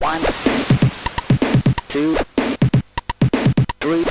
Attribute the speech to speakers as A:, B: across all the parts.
A: One, two, three.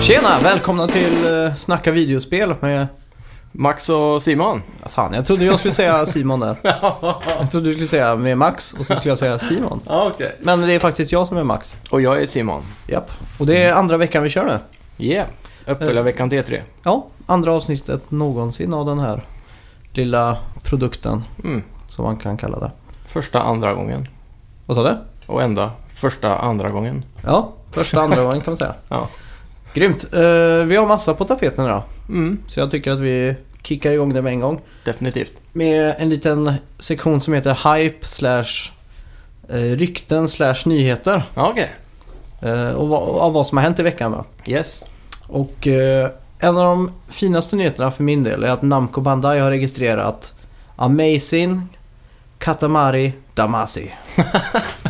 B: Tjena! Välkomna till eh, Snacka videospel med...
C: Max och Simon.
B: Ah, Fan, jag trodde jag skulle säga Simon där. Jag trodde du skulle säga med Max och så skulle jag säga Simon.
C: Ja, okej.
B: Men det är faktiskt jag som är Max.
C: Och jag är Simon.
B: Japp. Och det är andra veckan vi kör nu.
C: Yeah. Uppföljarveckan T3.
B: Ja, andra avsnittet någonsin av den här lilla produkten
C: Mm.
B: som man kan kalla det.
C: Första andra gången.
B: Vad sa du?
C: Och enda första andra gången.
B: Ja, första andra gången kan man säga.
C: Ja.
B: Grymt. Eh, vi har massa på tapeten idag.
C: Mm.
B: Så jag tycker att vi kickar igång det med en gång.
C: Definitivt.
B: Med en liten sektion som heter Hype slash eh, rykten slash nyheter.
C: Ja, Okej.
B: Eh, och vad, av vad som har hänt i veckan då.
C: Yes.
B: Och eh, en av de finaste nyheterna för min del är att Namco Bandai har registrerat Amazing Katamari Damasi.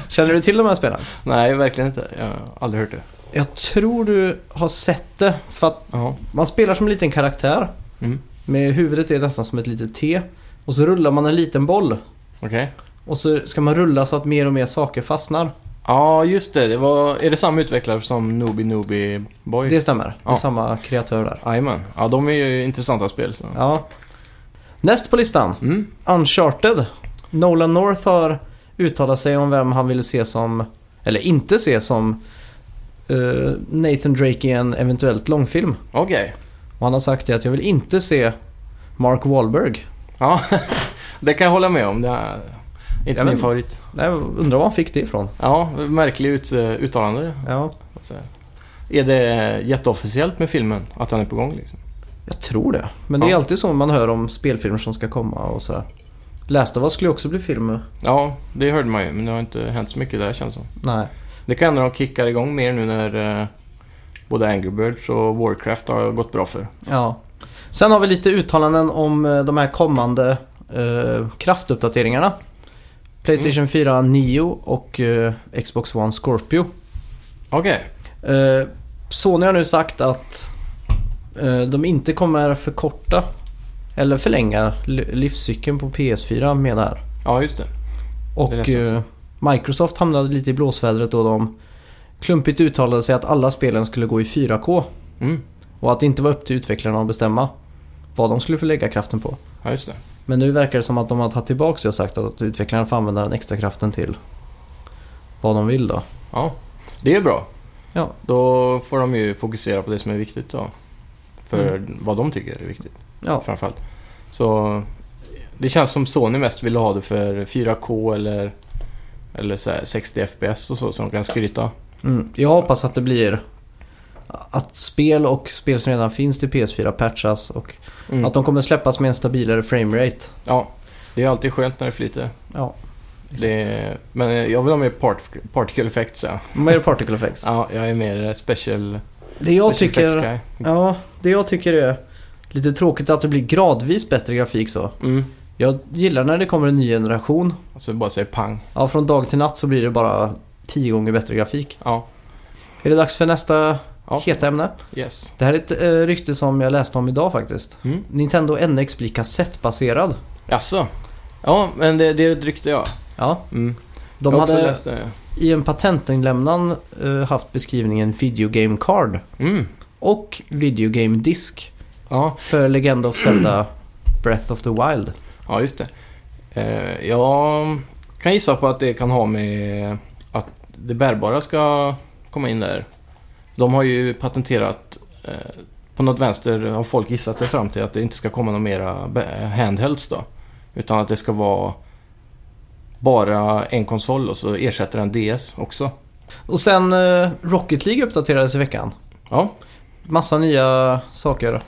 B: Känner du till de här spelen?
C: Nej, verkligen inte. Jag har aldrig hört det.
B: Jag tror du har sett det för att
C: Ja.
B: man spelar som en liten karaktär.
C: Mm.
B: Med huvudet är nästan som ett litet T. Och så rullar man en liten boll.
C: Okej.
B: Och så ska man rulla så att mer och mer saker fastnar.
C: Ja, just det. det var... Är det samma utvecklare som Nobi Nobi Boy?
B: Det stämmer. Det är
C: Ja.
B: samma kreatör där.
C: Jajamän. Ja, de är ju intressanta spel. Så.
B: Ja. Näst på listan.
C: Mm.
B: Uncharted. Nolan North har uttalat sig om vem han ville se som, eller inte se som, eh, Nathan Drake i en eventuellt långfilm.
C: Okej.
B: Och han har sagt det att jag vill inte se Mark Wahlberg.
C: Ja, det kan jag hålla med om. Det är inte
B: Ja, men-
C: min favorit.
B: Jag undrar var han fick det ifrån.
C: Ja, märkligt uttalande.
B: Ja,
C: Alltså, är det jätteofficiellt med filmen? Att den är på gång liksom?
B: jag tror det. Men det är
C: Ja.
B: alltid så man hör om spelfilmer som ska komma och sådär. Last of Us skulle ju också bli film.
C: Ja, det hörde man ju. Men det har inte hänt så mycket där känns det som.
B: Nej.
C: Det kan hända de kickar igång mer nu när eh, både Angry Birds och Warcraft har gått bra för.
B: Ja. Sen har vi lite uttalanden om eh, de här kommande eh, kraftuppdateringarna. Playstation
C: Mm.
B: 4 Neo och eh, Xbox One Scorpio.
C: Okej.
B: Eh, Sony har nu sagt att eh, de inte kommer förkorta eller förlänga li- livscykeln på PS4 med det här.
C: Ja, just det. Det
B: Och
C: läste jag också.
B: eh, Microsoft hamnade lite i blåsvädret då de klumpigt uttalade sig att alla spelen skulle gå i 4K
C: Mm.
B: och att det inte var upp till utvecklarna att bestämma vad de skulle få lägga kraften på.
C: Ja, just det.
B: Men nu verkar det som att de har tagit tillbaka det och sagt att utvecklarna får använda den extra kraften till vad de vill då.
C: Ja, det är bra.
B: Ja.
C: Då får de ju fokusera på det som är viktigt då. För vad de tycker är viktigt.
B: Mm. Ja,
C: framförallt. Så det känns som Sony mest ville ha det för 4K eller, eller så här 60 FPS och så som de kan skryta.
B: mm. Jag hoppas att det blir att spel och spel som redan finns till PS4 patchas och
C: Mm.
B: att de kommer släppas med en stabilare framerate.
C: Ja, det är alltid skönt när det flyter.
B: Ja. Exakt.
C: Det, men jag vill ha mer part, particle effects. Ja.
B: Vad är det particle effects?
C: ja, jag är mer special,
B: Det jag
C: special
B: tycker,
C: effects guy.
B: ja, det jag tycker är lite tråkigt att det blir gradvis bättre grafik så.
C: Mm.
B: Jag gillar när det kommer en ny generation.
C: Alltså bara säger pang.
B: Ja, från dag till natt så blir det bara tio gånger bättre grafik.
C: Ja,
B: Är det dags för nästa
C: Ja.
B: heta ämne?
C: yes.
B: Det här är ett eh, rykte som jag läste om idag faktiskt.
C: Mm.
B: Nintendo NX blir kassettbaserad.
C: Jaså? Ja, men det, det är ett rykte ja.
B: Ja,
C: Mm.
B: de
C: jag har också
B: hade
C: läst det.
B: i en patentinlämnan eh, haft beskrivningen Video Game Card
C: Mm.
B: och Video Game Disk
C: Ja,
B: för Legend of Zelda Breath of the Wild.
C: Ja, just det. Eh, jag kan gissa på att det kan ha med att det bärbara ska komma in där. De har ju patenterat, eh, på något vänster har folk gissat sig fram till att det inte ska komma några mera bä- handhelds då. Utan att det ska vara bara en konsol och så ersätter en DS också.
B: Och sen eh, Rocket League uppdaterades i veckan.
C: Ja,
B: Massa nya saker.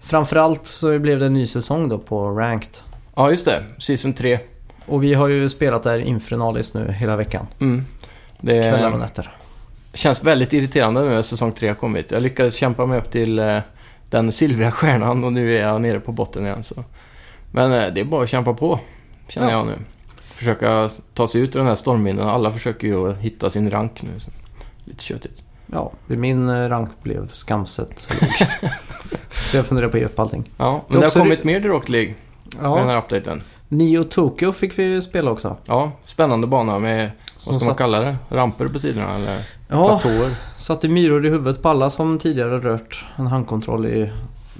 B: Framförallt så blev det en ny säsong då på Ranked.
C: ja just det. Season 3.
B: Och vi har ju spelat där infrenalis nu hela veckan.
C: Mm. Det-
B: Kvällar och nätter.
C: känns väldigt irriterande nu när säsong 3 har kommit. Jag lyckades kämpa mig upp till eh, den silvriga stjärnan och nu är jag nere på botten igen. Så. Men eh, det är bara att kämpa på, känner
B: Ja.
C: jag nu. Försöka ta sig ut ur den här stormvinden. Alla försöker ju hitta sin rank nu. Så. Lite tjötigt.
B: Ja, min eh, rank blev skamset. så jag funderar på att ge upp allting.
C: Ja,
B: Det är
C: men det har
B: också
C: kommit mer Direct League med den
B: Ja,
C: här updaten.
B: Nio Tokyo fick vi ju spela också.
C: Ja, spännande bana med,
B: Som
C: vad ska man
B: satt-
C: kalla det? Ramper på sidorna eller
B: Ja,
C: platåer?
B: satte myror i huvudet på alla som tidigare rört en handkontroll i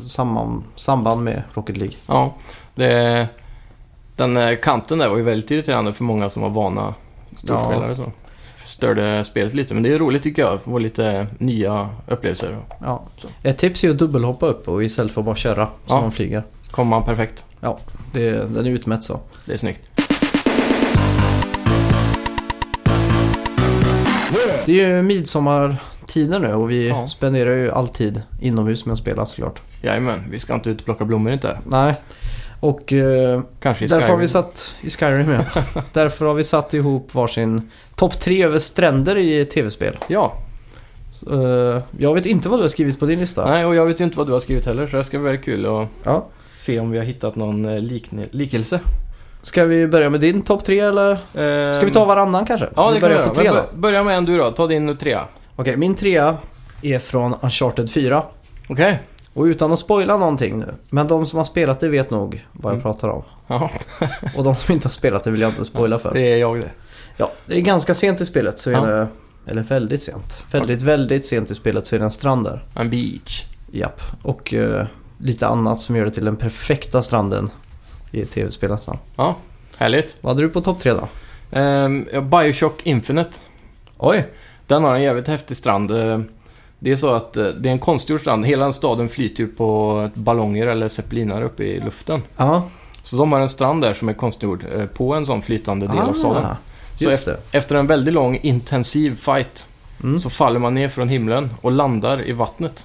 B: samman- samband med Rocket League.
C: Ja, det, den eh, kanten där var ju väldigt irriterande för många som var vana storspelare.
B: Ja.
C: Så. Störde spelet lite, men det är roligt tycker jag. Få lite nya upplevelser.
B: Ja.
C: Så.
B: Ett tips är ju att dubbelhoppa upp och istället för att bara köra som
C: Ja.
B: man flyger.
C: Kommer man perfekt.
B: Det, den är utmätt så.
C: Det är snyggt.
B: Det är ju midsommartider nu och vi
C: Ja.
B: spenderar ju all tid inomhus med att spela såklart.
C: Jajamän, vi ska inte ut och plocka blommor inte.
B: Nej, och eh,
C: Kanske i
B: därför har
C: Skyrim.
B: vi satt i Skyrim ja. Därför har vi satt ihop varsin topp tre över stränder i tv-spel.
C: Ja,
B: Så, eh, jag vet inte vad du har skrivit på din lista.
C: nej och jag vet ju inte vad du har skrivit heller så det ska bli väldigt kul att
B: Ja.
C: se om vi har hittat någon eh, likne- likelse. Eh,
B: Ska vi börja med din topp tre eller? Ska vi ta varannan kanske?
C: Ehm. Ja, det kan vi
B: börjar
C: göra.
B: på tre
C: Men
B: då.
C: bör- Börja med en du då. Ta din trea.
B: Okej, min trea är från Uncharted 4.
C: Okej.
B: Och utan att spoila någonting nu, men de som har spelat det vet nog vad jag
C: Mm.
B: pratar om.
C: Ja,
B: Och de som inte har spelat det vill jag inte spoila för.
C: det är jag det.
B: Ja, det är ganska sent i spelet så är
C: Mm. Ja.
B: det, eller väldigt sent, väldigt, väldigt sent i spelet så är det en strand där.
C: En beach.
B: Japp, och eh, lite annat som gör det till den perfekta stranden i ett tv-spel nästan.
C: Ja, härligt.
B: Vad hade du på topp tre då?
C: Ehm, ja, Bioshock Infinite.
B: Oj!
C: Den har en jävligt häftig strand. Ehm, Det är så att eh, det är en konstgjord strand. Hela staden flyter ju på ett ballonger eller zeppelinare uppe i luften.
B: Ja,
C: Så de har en strand där som är konstgjord eh, på en sån flytande del av staden.
B: ah,
C: Så
B: just det.
C: Efter en väldigt lång intensiv fight
B: Mm.
C: så faller man ner från himlen och landar i vattnet.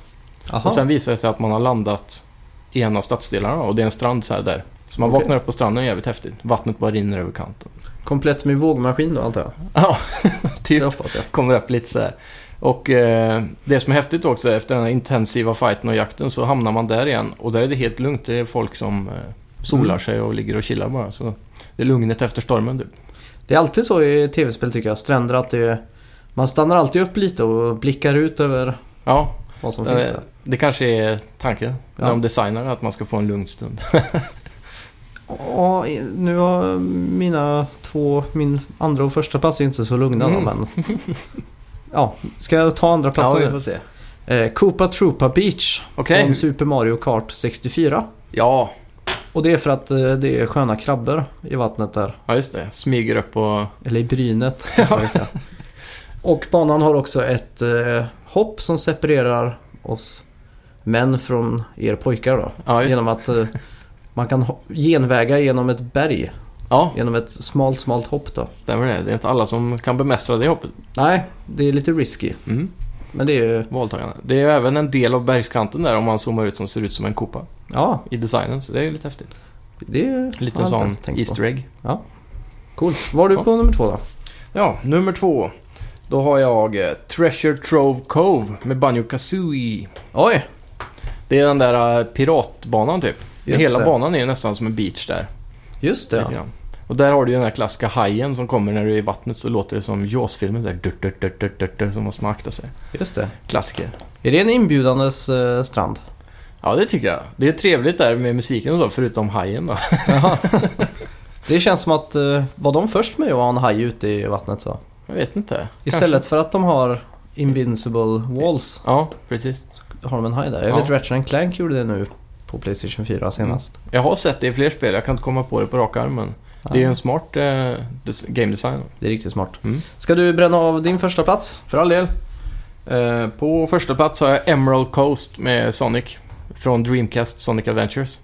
B: Aha.
C: Och sen visar det sig att man har landat i en av stadsdelarna och det är en strand så här där. Så man
B: Okej.
C: vaknar upp på stranden jävligt häftigt. Vattnet bara rinner över kanten.
B: Komplett med vågmaskin då antar jag?
C: Ja, typ.
B: Det hoppas jag.
C: kommer upp lite så här. Och eh, det som är häftigt också efter den här intensiva fighten och jakten så hamnar man där igen och där är det helt lugnt. Det är folk som eh, solar
B: Mm.
C: sig och ligger och chillar bara. Så det är lugnet efter stormen typ.
B: Det är alltid så i tv-spel tycker jag, stränder att det, man stannar alltid upp lite och blickar ut över
C: Ja,
B: vad som
C: eh,
B: finns där.
C: det kanske är tanken när
B: Ja.
C: de designar det, att man ska få en lugn stund.
B: Ja, nu har mina två, min andra och första plats är inte så lugna då,
C: Mm.
B: men... Ja, ska jag ta andra platsen nu?
C: se.
B: Eh, Koopa Troopa Beach
C: Okej.
B: från Super Mario Kart 64.
C: Ja,
B: Och det är för att eh, det är sköna krabbor i vattnet där.
C: ja, just det. Smyger upp och...
B: Eller i brynet. kan man ju säga. och banan har också ett eh, hopp som separerar oss män från er pojkar då.
C: Ja, just.
B: Genom att eh, man kan ho- genväga genom ett berg.
C: ja,
B: Genom ett smalt, smalt hopp då.
C: stämmer det. Det är inte alla som kan bemästra det hoppet.
B: Nej, det är lite risky.
C: Mm,
B: Men det är ju...
C: valtagande. Det är ju även en del av bergskanten där om man zoomar ut som ser ut som en kopa
B: Ja,
C: i designen. Så det är ju lite häftigt.
B: det är... har
C: Lite
B: jag inte
C: sån
B: ens tänkt på.
C: Easter egg.
B: Coolt. Vad har du på nummer två då?
C: Ja, nummer två. Då har jag eh, Treasure Trove Cove med Banjo Kazooie.
B: Oj!
C: Det är den där eh, piratbanan typ.
B: Just
C: Hela
B: det.
C: banan är ju nästan som en beach där.
B: Just det.
C: lite grann. Och där har du ju den här klassiska hajen som kommer när du är i vattnet så låter det som Jaws-filmen så här. Durt, durt, durt, durt, durt, durt, så måste man akta sig.
B: Just det.
C: Klassiker.
B: Är det en inbjudandes eh, strand?
C: Ja, det tycker jag. Det är trevligt där med musiken och så, förutom hajen då.
B: Jaha. det känns som att... eh, var de först med att ha en haj ute i vattnet så?
C: Jag vet inte.
B: Istället för att de har Invincible Walls
C: Kanske. Ja, precis.
B: har de en haj där. Jag
C: Ja. Mm.
B: vet Ratchet and Clank gjorde det nu på Playstation 4 senast.
C: Jag har sett det i fler spel. Jag kan inte komma på det på rak arm, men det är ju en smart eh, des- game design.
B: Det är riktigt smart.
C: Mm.
B: Ska du bränna av din första plats?
C: För all del. Eh, på första plats har jag Emerald Coast med Sonic. Från Dreamcast Sonic Adventures.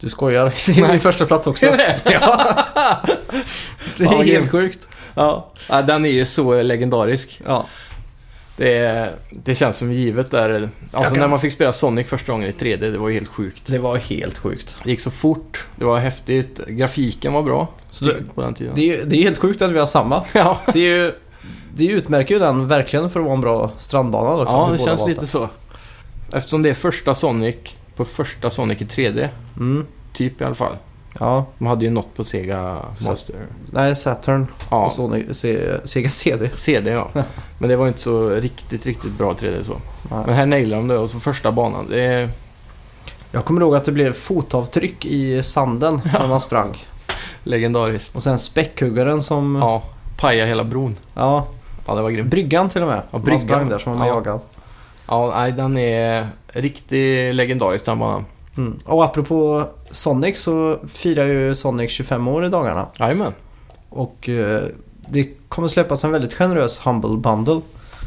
B: Du skojar. Det är
C: Nej.
B: min första plats också.
C: Är det?
B: ja. Det
C: Fan,
B: är
C: vad
B: helt
C: grymt.
B: sjukt.
C: Ja. ja, den är ju så legendarisk.
B: Ja.
C: Det, är, det känns som givet där. Alltså
B: Jag kan-
C: när man fick spela Sonic första gången i 3D, det var ju helt sjukt.
B: Det var helt sjukt.
C: Det gick så fort, det var häftigt, grafiken var bra
B: Så det,
C: på den tiden.
B: det, är, ju- det är helt sjukt att vi har samma.
C: Ja,
B: Det, är ju, det utmärker ju den verkligen för att vara en bra strandbana. Då, för att
C: ja
B: vi
C: det
B: båda
C: känns
B: valt
C: lite så. Eftersom det är första Sonic på första Sonic i 3D,
B: Mm.
C: typ i alla fall.
B: Ja,
C: De hade ju något på Sega
B: Så-
C: Master.
B: nej Saturn
C: Ja,
B: och Sony, Se- Sega CD.
C: CD ja. Men det var ju inte så riktigt, riktigt bra 3D så.
B: Nej.
C: Men här nailade de det och så första banan. Det är,
B: Jag kommer ihåg att det blev fotavtryck i sanden när man sprang.
C: Legendariskt.
B: Och sen späckhuggaren som... Ja.
C: Ja, paja hela bron. Ja, det var grymt.
B: bryggan till och med.
C: Ja,
B: Man
C: bryggan.
B: sprang där som man
C: Ja.
B: jagad.
C: Ja, nej, den är riktigt legendarisk den banan.
B: Mm. Och apropå Sonic så firar ju Sonic 25 år i dagarna.
C: Jajamän.
B: Och eh, det kommer släppas en väldigt generös Humble Bundle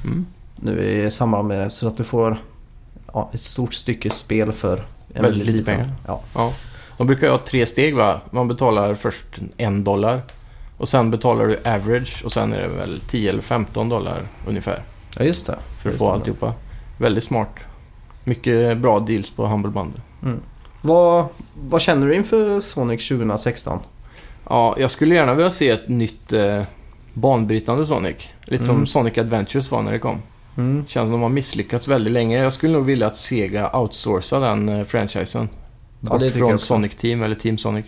C: Mm.
B: nu i samband med så att du får ja, ett stort stycke spel för en
C: Väldigt lite pengar.
B: Ja.
C: Ja. De brukar ju ha tre steg va? Man betalar först en dollar. Och sen betalar du average och sen är det väl 10 eller 15 dollar ungefär.
B: ja, just det.
C: För att
B: Just
C: få
B: det.
C: alltihopa. Väldigt smart. Mycket bra deals på Humble Bundle.
B: Vad, vad känner du inför Sonic 2016?
C: Ja, jag skulle gärna vilja se ett nytt eh, banbrytande Sonic. Lite som
B: Mm.
C: Sonic Adventures var när det kom.
B: Mm.
C: Känns som de har misslyckats väldigt länge. Jag skulle nog vilja att Sega outsourcar den eh, franchisen.
B: Ja,
C: Bort
B: det tycker jag
C: från
B: också.
C: Sonic Team eller Team Sonic.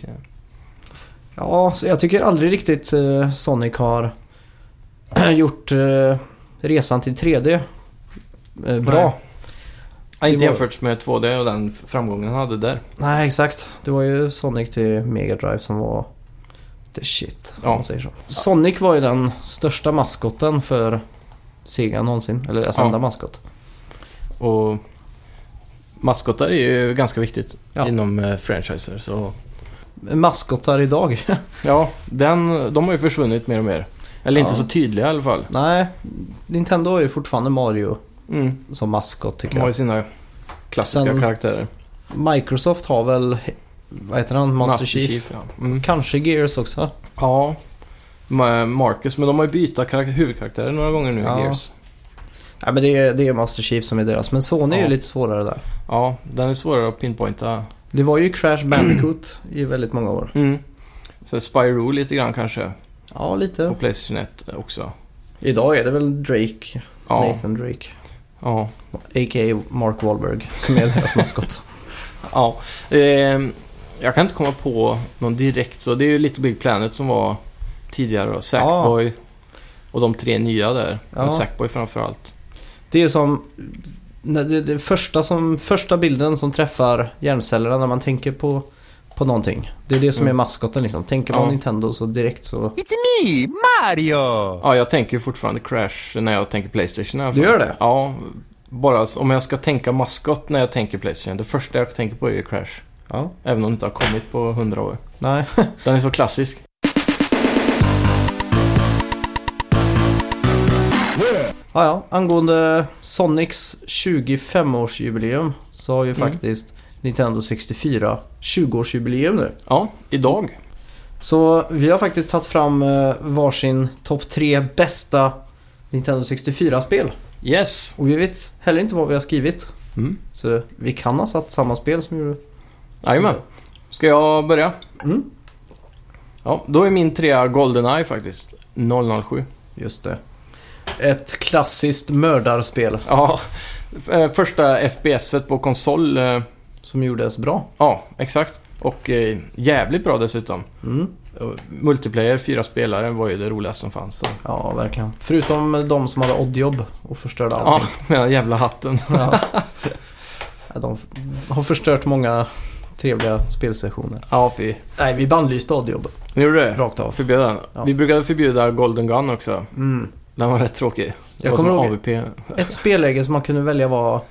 B: Ja, så jag tycker aldrig riktigt eh, Sonic har gjort eh, resan till 3D eh, bra.
C: Nej. Ja,
B: Det
C: inte
B: var-
C: jämfört med 2D och den framgången han hade där.
B: Nej, exakt. Det var ju Sonic till Mega Drive som var the shit.
C: Ja.
B: Om man säger så. Sonic var ju den största maskoten för Sega någonsin. Eller deras
C: Ja.
B: enda maskot.
C: Och maskotar är ju ganska viktigt
B: Ja.
C: inom eh, franchiser. Så...
B: Maskotar idag?
C: Ja, den, de har ju försvunnit mer och mer. Eller inte
B: Ja.
C: så tydliga i alla fall.
B: Nej, Nintendo har ju fortfarande Mario
C: Mm.
B: som maskot tycker
C: De har ju
B: jag.
C: sina klassiska
B: Sen-
C: karaktärer.
B: Microsoft har väl, vad heter han, Master, Chief.
C: ja. Mm.
B: Kanske Gears också.
C: ja. Ma- Marcus, men de har ju bytt karak- huvudkaraktärer några gånger nu i
B: Ja.
C: Gears.
B: Nej men det är, det är Master Chief som är deras. Men Sony är
C: Ja.
B: ju lite svårare där.
C: Ja, den är svårare att pinpointa.
B: Det var ju Crash Bandicoot i väldigt många år.
C: Mm. Sen Spyro lite grann kanske,
B: Ja,
C: på
B: lite.
C: Playstation 1 också.
B: Idag är det väl Drake,
C: Ja,
B: Nathan Drake.
C: ja.
B: A.k.a. Mark Wahlberg som är deras maskot.
C: ja. Ehm, jag kan inte komma på någon direkt så. Det är ju Little Big Planet som var tidigare då. Sackboy och de tre nya där.
B: Ja.
C: Men Sackboy framförallt.
B: Det är ju som när det, det första, som, första bilden som träffar hjärncellerna när man tänker på, på någonting. Det är det som
C: Mm.
B: är maskoten liksom. Tänker man
C: Ja.
B: Nintendo så direkt så...
A: It's me, Mario!
C: Ja, jag tänker ju fortfarande Crash när jag tänker Playstation i alla fall.
B: Du gör det?
C: Ja. Bara s- om jag ska tänka maskot när jag tänker Playstation. Det första jag tänker på är ju Crash.
B: Ja.
C: Även om det inte har kommit på hundra år.
B: Nej.
C: Den är så klassisk.
B: Ja, ja. Angående Sonics 25-årsjubileum så har ju
C: Mm.
B: faktiskt Nintendo 64 20-årsjubileum nu.
C: Ja, idag.
B: Så vi har faktiskt tagit fram eh, varsin topp 3 bästa Nintendo 64-spel.
C: Yes.
B: Och vi vet heller inte vad vi har skrivit.
C: Mm.
B: Så vi kan ha satt samma spel som gjorde...
C: Jajamän. Ska jag börja?
B: Mm.
C: Ja, då är min trea Goldeneye faktiskt. 007.
B: Just det. Ett klassiskt mördarspel
C: Ja, f- eh, första FPSet på konsol. eh,
B: som gjordes bra.
C: Ja, exakt. Och eh, jävligt bra dessutom.
B: Mm.
C: Och Multiplayer, fyra spelare, var ju det roligaste som fanns. Så.
B: Ja, verkligen. Förutom de som hade oddjobb och förstörde
C: Ja,
B: allting.
C: med den jävla hatten.
B: Ja. De f- har förstört många trevliga spelsessioner.
C: Ja, fy.
B: Nej, vi bannlyste oddjobb
C: Nu gjorde det.
B: rakt av.
C: Förbjöd den.
B: Ja.
C: Vi brukade förbjuda Golden Gun också.
B: Mm.
C: Den var rätt tråkig. Det
B: Jag
C: var
B: kommer
C: som
B: ihåg-
C: AVP.
B: Ett spelläge som man kunde välja var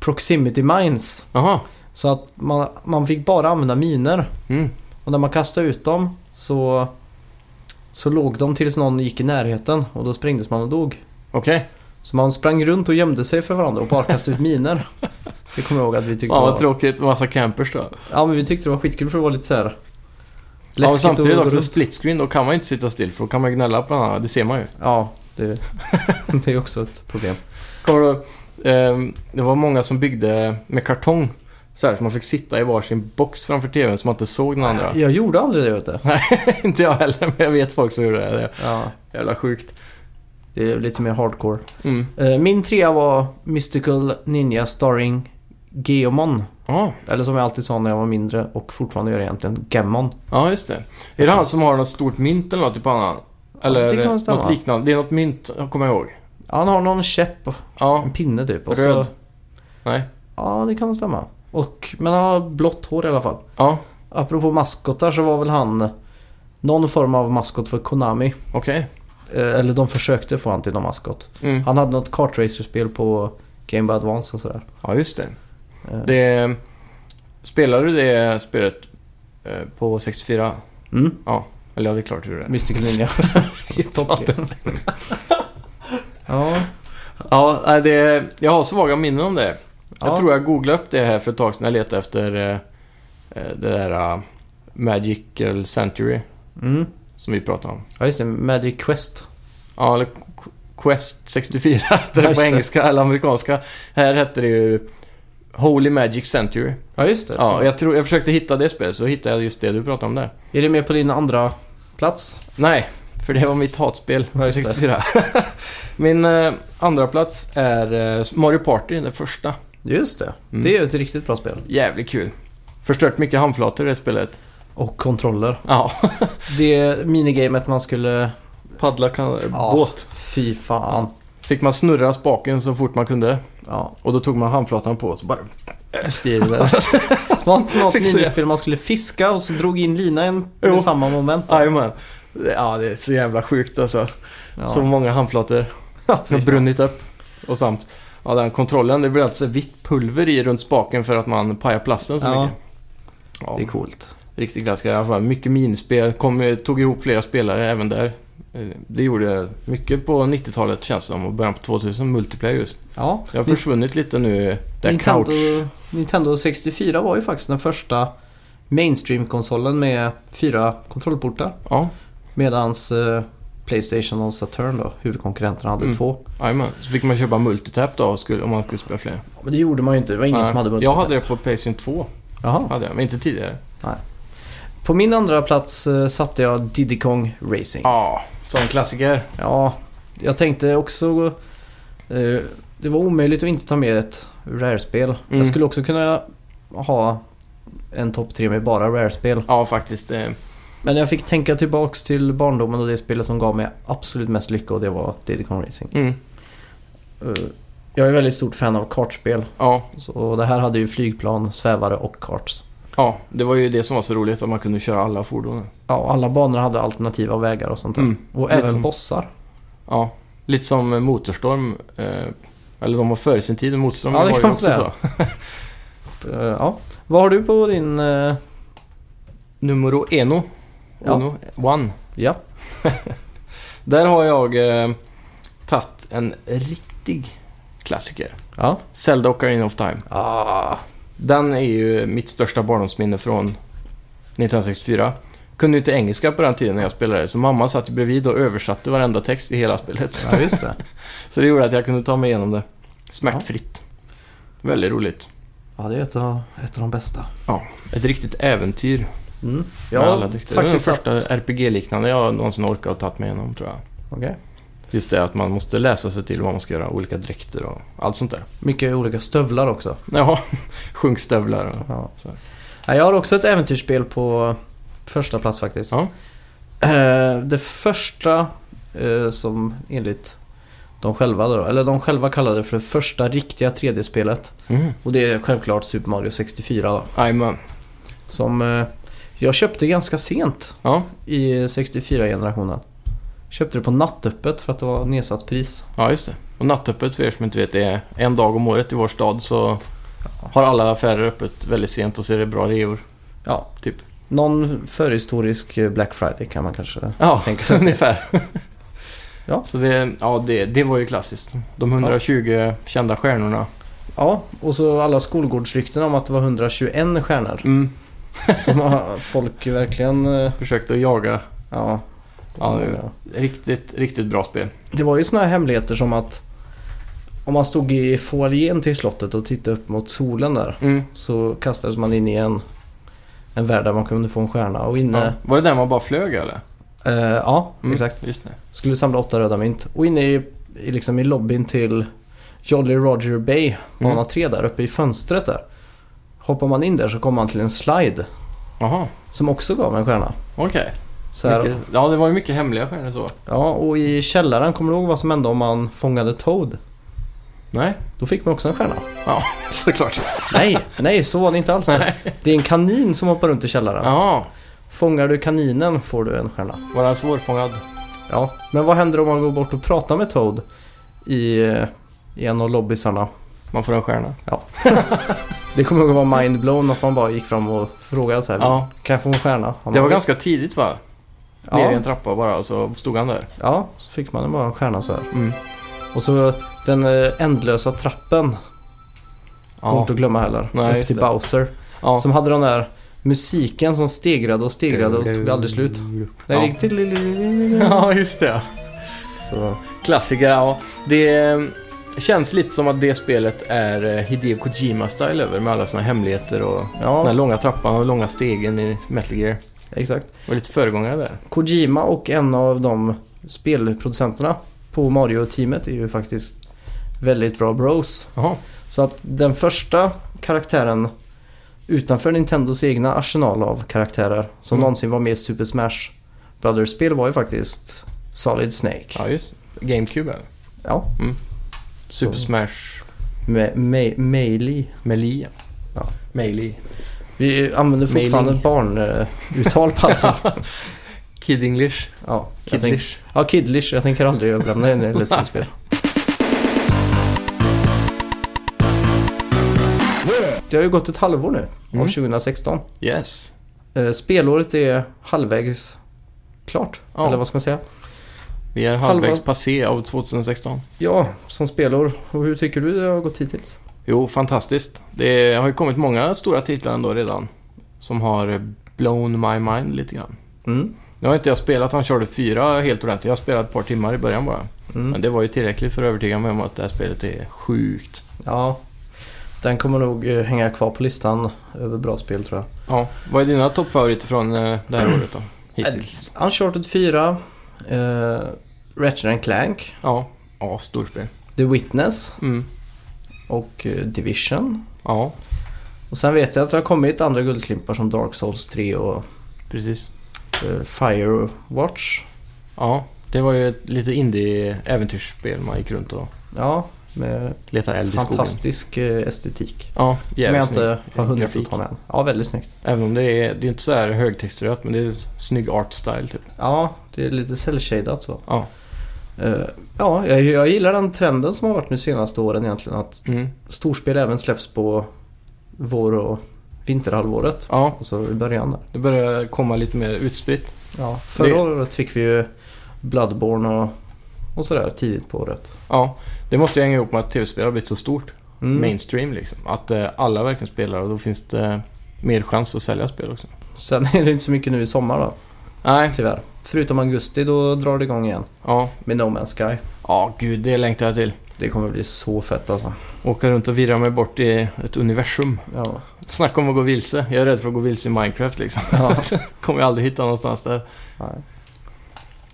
B: Proximity Mines.
C: Jaha.
B: Så att man, man fick bara använda miner.
C: Mm.
B: Och när man kastade ut dem så, så låg de tills någon gick i närheten och då sprängdes man och dog.
C: Okej.
B: Så man sprang runt och gömde sig för varandra och bara kastade ut miner. Det kommer jag ihåg att vi tyckte,
C: Fan vad
B: var,
C: tråkigt. Massa campers då.
B: ja, men vi tyckte det var skitkul för det var lite så här
C: Ja, och
B: läskigt att
C: samtidigt
B: gå
C: också
B: runt.
C: split screen, då kan man ju inte sitta still för då kan man gnälla på den andra. Det ser man ju.
B: Ja, det, det är också ett problem.
C: Kommer du, ehm, det var många som byggde med kartong. Så, här, så man fick sitta i varsin box framför tvn så man inte såg den andra.
B: Jag gjorde aldrig det vet du.
C: Nej, inte jag heller, men jag vet folk som gjorde det. Det är
B: Ja.
C: jävla sjukt.
B: Det är lite mer hardcore.
C: Mm.
B: Eh, Min trea var Mystical Ninja Starring Geomon.
C: Ja,
B: Eller som jag alltid sa när jag var mindre och fortfarande gör egentligen, Gammon.
C: ja, just det. Är det han som har något stort mynt eller något i pannan? Eller
B: det kan
C: är
B: nog
C: det
B: stämma.
C: något liknande? Det är något mynt, jag kommer ihåg.
B: Han har någon käpp, och
C: Ja,
B: en pinne typ. Och
C: röd.
B: Så,
C: Nej.
B: ja, det kan nog stämma. Och, men han har blått hår i alla fall.
C: Ja,
B: Apropå maskotar så var väl han någon form av maskot för Konami.
C: okej.
B: Eh, Eller de försökte få han till någon maskot.
C: Mm.
B: Han hade något kartracerspel på Game Boy Advance och sådär.
C: Ja, just det.
B: Eh.
C: det. Spelade du det spelet eh, på 64?
B: Mm.
C: Ja, eller ja, det är klart du gjorde det.
B: Mystical Ninja. I topp tre. ja,
C: Ja, nej, det, jag har svaga minnen om det.
B: Ja.
C: Jag tror jag googlade upp det här för ett tag sedan. Jag letade efter eh, eh, det där eh, Magical Century
B: mm.
C: som vi pratade om.
B: ja, just det. Magic Quest.
C: Ja, eller Qu- Quest 64 hette det
B: Just
C: på
B: det.
C: engelska eller amerikanska. Här hette det ju Holy Magic Century.
B: Ja, just det.
C: Ja,
B: Så-
C: jag, tror, jag försökte hitta det spelet så hittade jag just det du pratade om där.
B: Är det med på din andra plats?
C: Nej, för det var mitt hatspel.
B: Ja, just det.
C: 64. Min eh, andra plats är eh, Mario Party, den första.
B: Just det.
C: Mm.
B: Det är ju ett riktigt bra spel.
C: Jävligt kul. Förstört mycket handflator i det spelet.
B: Och kontroller.
C: Ja.
B: Det minigamet man skulle...
C: Paddla kan...
B: Ja.
C: båt.
B: Fy fan.
C: Fick man snurra spaken så fort man kunde.
B: Ja.
C: Och då tog man handflatan på och så bara... öste i den.
B: Var inte något
C: Fick se.
B: minispel man skulle fiska och så drog in linan
C: Jo.
B: med samma moment?
C: Jajamän. Ja, det är så jävla sjukt alltså.
B: Ja.
C: Så många handflator.
B: Ja,
C: Det har brunnit upp. Och samt... Ja, den kontrollen. Det blir alltså vitt pulver i runt spaken för att man pajar plasten så
B: Ja.
C: mycket. Ja,
B: Det är coolt.
C: Riktigt klassiker i alla fall. Mycket minispel. Kom, eh, tog ihop flera spelare även där. Eh, Det gjorde mycket på 90-talet känns det som och början på 2000, multiplayer just.
B: Ja.
C: Det har försvunnit lite nu. eh, Där
B: Nintendo,
C: couch...
B: Nintendo 64 var ju faktiskt den första mainstream-konsolen med fyra kontrollportar.
C: Ja,
B: Medans eh, Playstation och Saturn då, huvudkonkurrenterna, hade
C: Mm.
B: två.
C: jajamän. Så fick man köpa multitap då skulle, om man skulle spela fler.
B: Men det gjorde man ju inte, det var ingen
C: Nej.
B: som hade
C: Jag
B: multitap.
C: hade det på Playstation 2,
B: Jaha.
C: hade jag, men inte tidigare.
B: På min andra plats eh, satte jag Diddy Kong Racing. Ja.
C: Ja, som klassiker.
B: jag tänkte också... eh, det var omöjligt att inte ta med ett Rare-spel. Jag
C: Mm.
B: skulle också kunna ha en topp tre med bara Rare-spel.
C: Ja, faktiskt. eh,
B: Men jag fick tänka tillbaks till barndomen och det spelet som gav mig absolut mest lycka och det var Diddy Kong Racing.
C: Mm.
B: Eh, jag är väldigt stort fan av kartspel.
C: Ja,
B: Så det här hade ju flygplan, svävare och karts.
C: ja, det var ju det som var så roligt, att man kunde köra alla fordon.
B: Ja, och alla banor hade alternativa vägar och sånt där.
C: Mm.
B: Och
C: Lite
B: även
C: som-
B: bossar.
C: Ja, lite som eh, Motorstorm. Eh, eller de var före sin tid, men Motorstorm
B: Ja, det
C: var ju
B: kan man
C: också
B: säga.
C: så.
B: Eh, ja. Vad har du på din... eh,
C: Numero eno.
B: Ja.
C: Uno, one.
B: ja.
C: Där har jag eh, tagit en riktig klassiker.
B: Ja.
C: Zelda Ocarina of Time.
B: Ah.
C: Den är ju mitt största barndomsminne från 1964. Kunde ju inte engelska på den tiden när jag spelade, så mamma satt ju bredvid och översatte varenda text i hela spelet.
B: Ja, just det.
C: Så det gjorde att jag kunde ta mig igenom det smärtfritt. Väldigt roligt.
B: Ja, det är ett av, ett av de bästa.
C: Ett riktigt äventyr.
B: Mm.
C: med
B: Ja,
C: alla dykter. det är den
B: faktiskt
C: första
B: satt...
C: RPG-liknande jag någonsin orkat och tagit mig igenom tror jag.
B: Okej.
C: Just det att man måste läsa sig till vad man ska göra, olika dräkter och allt sånt där.
B: Mycket olika stövlar också.
C: Ja, sjunkstövlar och...
B: Ja.
C: Så.
B: Ja, jag har också ett äventyrsspel på första plats faktiskt.
C: Ja.
B: Eh, det första eh, som enligt de själva då, eller de själva kallade det för det första riktiga 3D-spelet.
C: Mm.
B: Och det är självklart Super Mario 64 då.
C: Jajamän.
B: Som eh, jag köpte ganska sent
C: Ja.
B: i 64-generationen. Köpte det på nattöppet för att det var nedsatt pris.
C: ja, just det. Och nattöppet för er som inte vet är en dag om året i vår stad så har alla affärer öppet väldigt sent och så är det bra reor.
B: Ja,
C: Typ.
B: Någon förhistorisk eh, Black Friday kan man kanske...
C: Ja,
B: Tänker sig att det-
C: ungefär.
B: Ja.
C: Så det, ja, det, det var ju klassiskt. De 120 kända stjärnorna.
B: Ja, och så alla skolgårdsrykten om att det var 121 stjärnor.
C: Mm.
B: Som har- folk verkligen... eh,
C: Försökte att jaga.
B: Ja.
C: Ja, det- Riktigt, riktigt bra spel.
B: Det var ju såna här hemligheter som att om man stod i foajén till slottet och tittade upp mot solen där
C: Mm.
B: så kastades man in i en, en värld där man kunde få en stjärna och inne...
C: Ja. Var det där man bara flög eller?
B: Eh, ja,
C: Mm,
B: exakt.
C: Just det.
B: Skulle samla åtta röda mynt. Och inne i, i, liksom i lobbyn till Jolly Roger Bay, bana
C: Mm.
B: 3 där uppe i fönstret där. Hoppar man in där så kommer man till en slide
C: Jaha,
B: som också gav en stjärna.
C: okej.
B: Så här,
C: Mycket- Ja, det var ju mycket hemliga stjärnor så.
B: ja, och i källaren, kommer du ihåg vad som hände om man fångade Toad?
C: Nej,
B: Då fick man också en stjärna.
C: ja, såklart.
B: Nej, nej så var det inte alls. Det. det är en kanin som hoppar runt i källaren.
C: Jaha,
B: Fångar du kaninen får du en stjärna.
C: var den svårfångad?
B: Ja, men vad händer om man går bort och pratar med Toad i, eh, i en av lobbysarna?
C: Man får en stjärna.
B: Det kommer ihåg att vara mindblown att man bara gick fram och frågade så här.
C: Ja,
B: Kan jag få en stjärna? Han
C: det var
B: bara,
C: ganska tidigt va?
B: "Visst."
C: Ner i
B: ja,
C: en trappa bara och så stod han där.
B: ja, så fick man bara en stjärna så här.
C: Mm.
B: Och så den eh, ändlösa trappen, kommer
C: Ja,
B: inte att glömma heller.
C: Nej,
B: upp
C: just
B: till
C: det.
B: Bowser.
C: ja.
B: Som hade den där musiken som stegrade och stegrade och tog aldrig slut. Den
C: Ja.
B: gick till...
C: Ja, just det.
B: Så,
C: Klassiker, ja. Det eh, känns lite som att det spelet är eh, Hideo Kojima-style över med alla sina hemligheter och den här
B: ja,
C: långa trappan och långa stegen i Metal Gear.
B: exakt.
C: Och lite föregångare där.
B: Kojima och en av de spelproducenterna på Mario-teamet är ju faktiskt väldigt bra bros.
C: Jaha,
B: Så att den första karaktären utanför Nintendos egna arsenal av karaktärer som
C: Mm.
B: någonsin var med i Super Smash Brothers-spel var ju faktiskt Solid Snake.
C: ja just GameCube eller?
B: Ja,
C: Super
B: Så.
C: Smash
B: med me- Melee.
C: Melee.
B: Ja.
C: Melee.
B: Vi använder fortfarande
C: Mailing.
B: barnuttal på allting.
C: Kid English.
B: Ja, jag tänk-
C: Kidlish.
B: ja, Kidlish. Jag tänker aldrig överlämna det när det gäller ett spel. Det har ju gått ett halvår nu
C: Mm.
B: av 2016.
C: Yes.
B: Eh, Spelåret är halvvägs klart.
C: Ja.
B: Eller vad ska man säga?
C: Vi är halvvägs
B: Halva-
C: passé av 2016.
B: Ja, som spelår. Och hur tycker du det har gått hittills?
C: Jo, fantastiskt. Det har ju kommit många stora titlar ändå redan. Som har eh, blown my mind lite grann.
B: Mm.
C: Nu har inte jag spelat Uncharted 4 helt ordentligt. Jag har spelat ett par timmar i början bara. Men
B: Mm.
C: det var ju tillräckligt för att övertyga mig om att det här spelet är sjukt.
B: Ja, den kommer nog eh, hänga kvar på listan över bra spel tror jag.
C: Ja, vad är dina toppfavoriter från eh, det här året
B: Äh,
C: då? Hittills?
B: Uncharted 4, eh, Ratchet and Clank,
C: Ja. Ja, storspel.
B: The Witness
C: Mm.
B: och eh, Division.
C: Ja,
B: Och sen vet jag att det har kommit andra guldklimpar som Dark Souls 3 och
C: precis.
B: eh, Firewatch.
C: Ja, det var ju ett lite indie-äventyrsspel man gick runt och
B: Ja, med
C: letade eld i skogen.
B: fantastisk eh, estetik.
C: Ja,
B: Som
C: jävligt
B: jag inte
C: snygg
B: har hunnit
C: grafik.
B: att ta med än. Ja, väldigt snyggt.
C: Även om det är, det är inte så här högtexturerat, men det är snygg art style typ.
B: Ja, det är lite cell-shadat så.
C: Ja.
B: Eh, ja, jag, jag gillar den trenden som har varit nu senaste åren egentligen. Att
C: Mm.
B: storspel även släpps på vår och vinterhalvåret.
C: ja,
B: Alltså i början där.
C: det börjar komma lite mer utspritt.
B: Ja, förra
C: Det-
B: året fick vi ju Bloodborne och, och sådär tidigt på året.
C: Ja, det måste ju hänga ihop med att tv-spel har blivit så stort.
B: Mm.
C: Mainstream liksom. Att eh, alla verkligen spelar och då finns det eh, mer chans att sälja spel också.
B: Sen är det inte så mycket nu i sommar då.
C: Nej,
B: Tyvärr. Förutom augusti, då drar det igång igen.
C: ja.
B: Med No Man's Sky.
C: Ja, gud, det längtar jag till.
B: Det kommer bli så fett alltså.
C: Åka runt och virra mig bort i ett universum.
B: Ja.
C: Snacka om att gå vilse. Jag är rädd för att gå vilse i Minecraft liksom.
B: Ja.
C: Kommer jag aldrig hitta någonstans där.
B: Nej.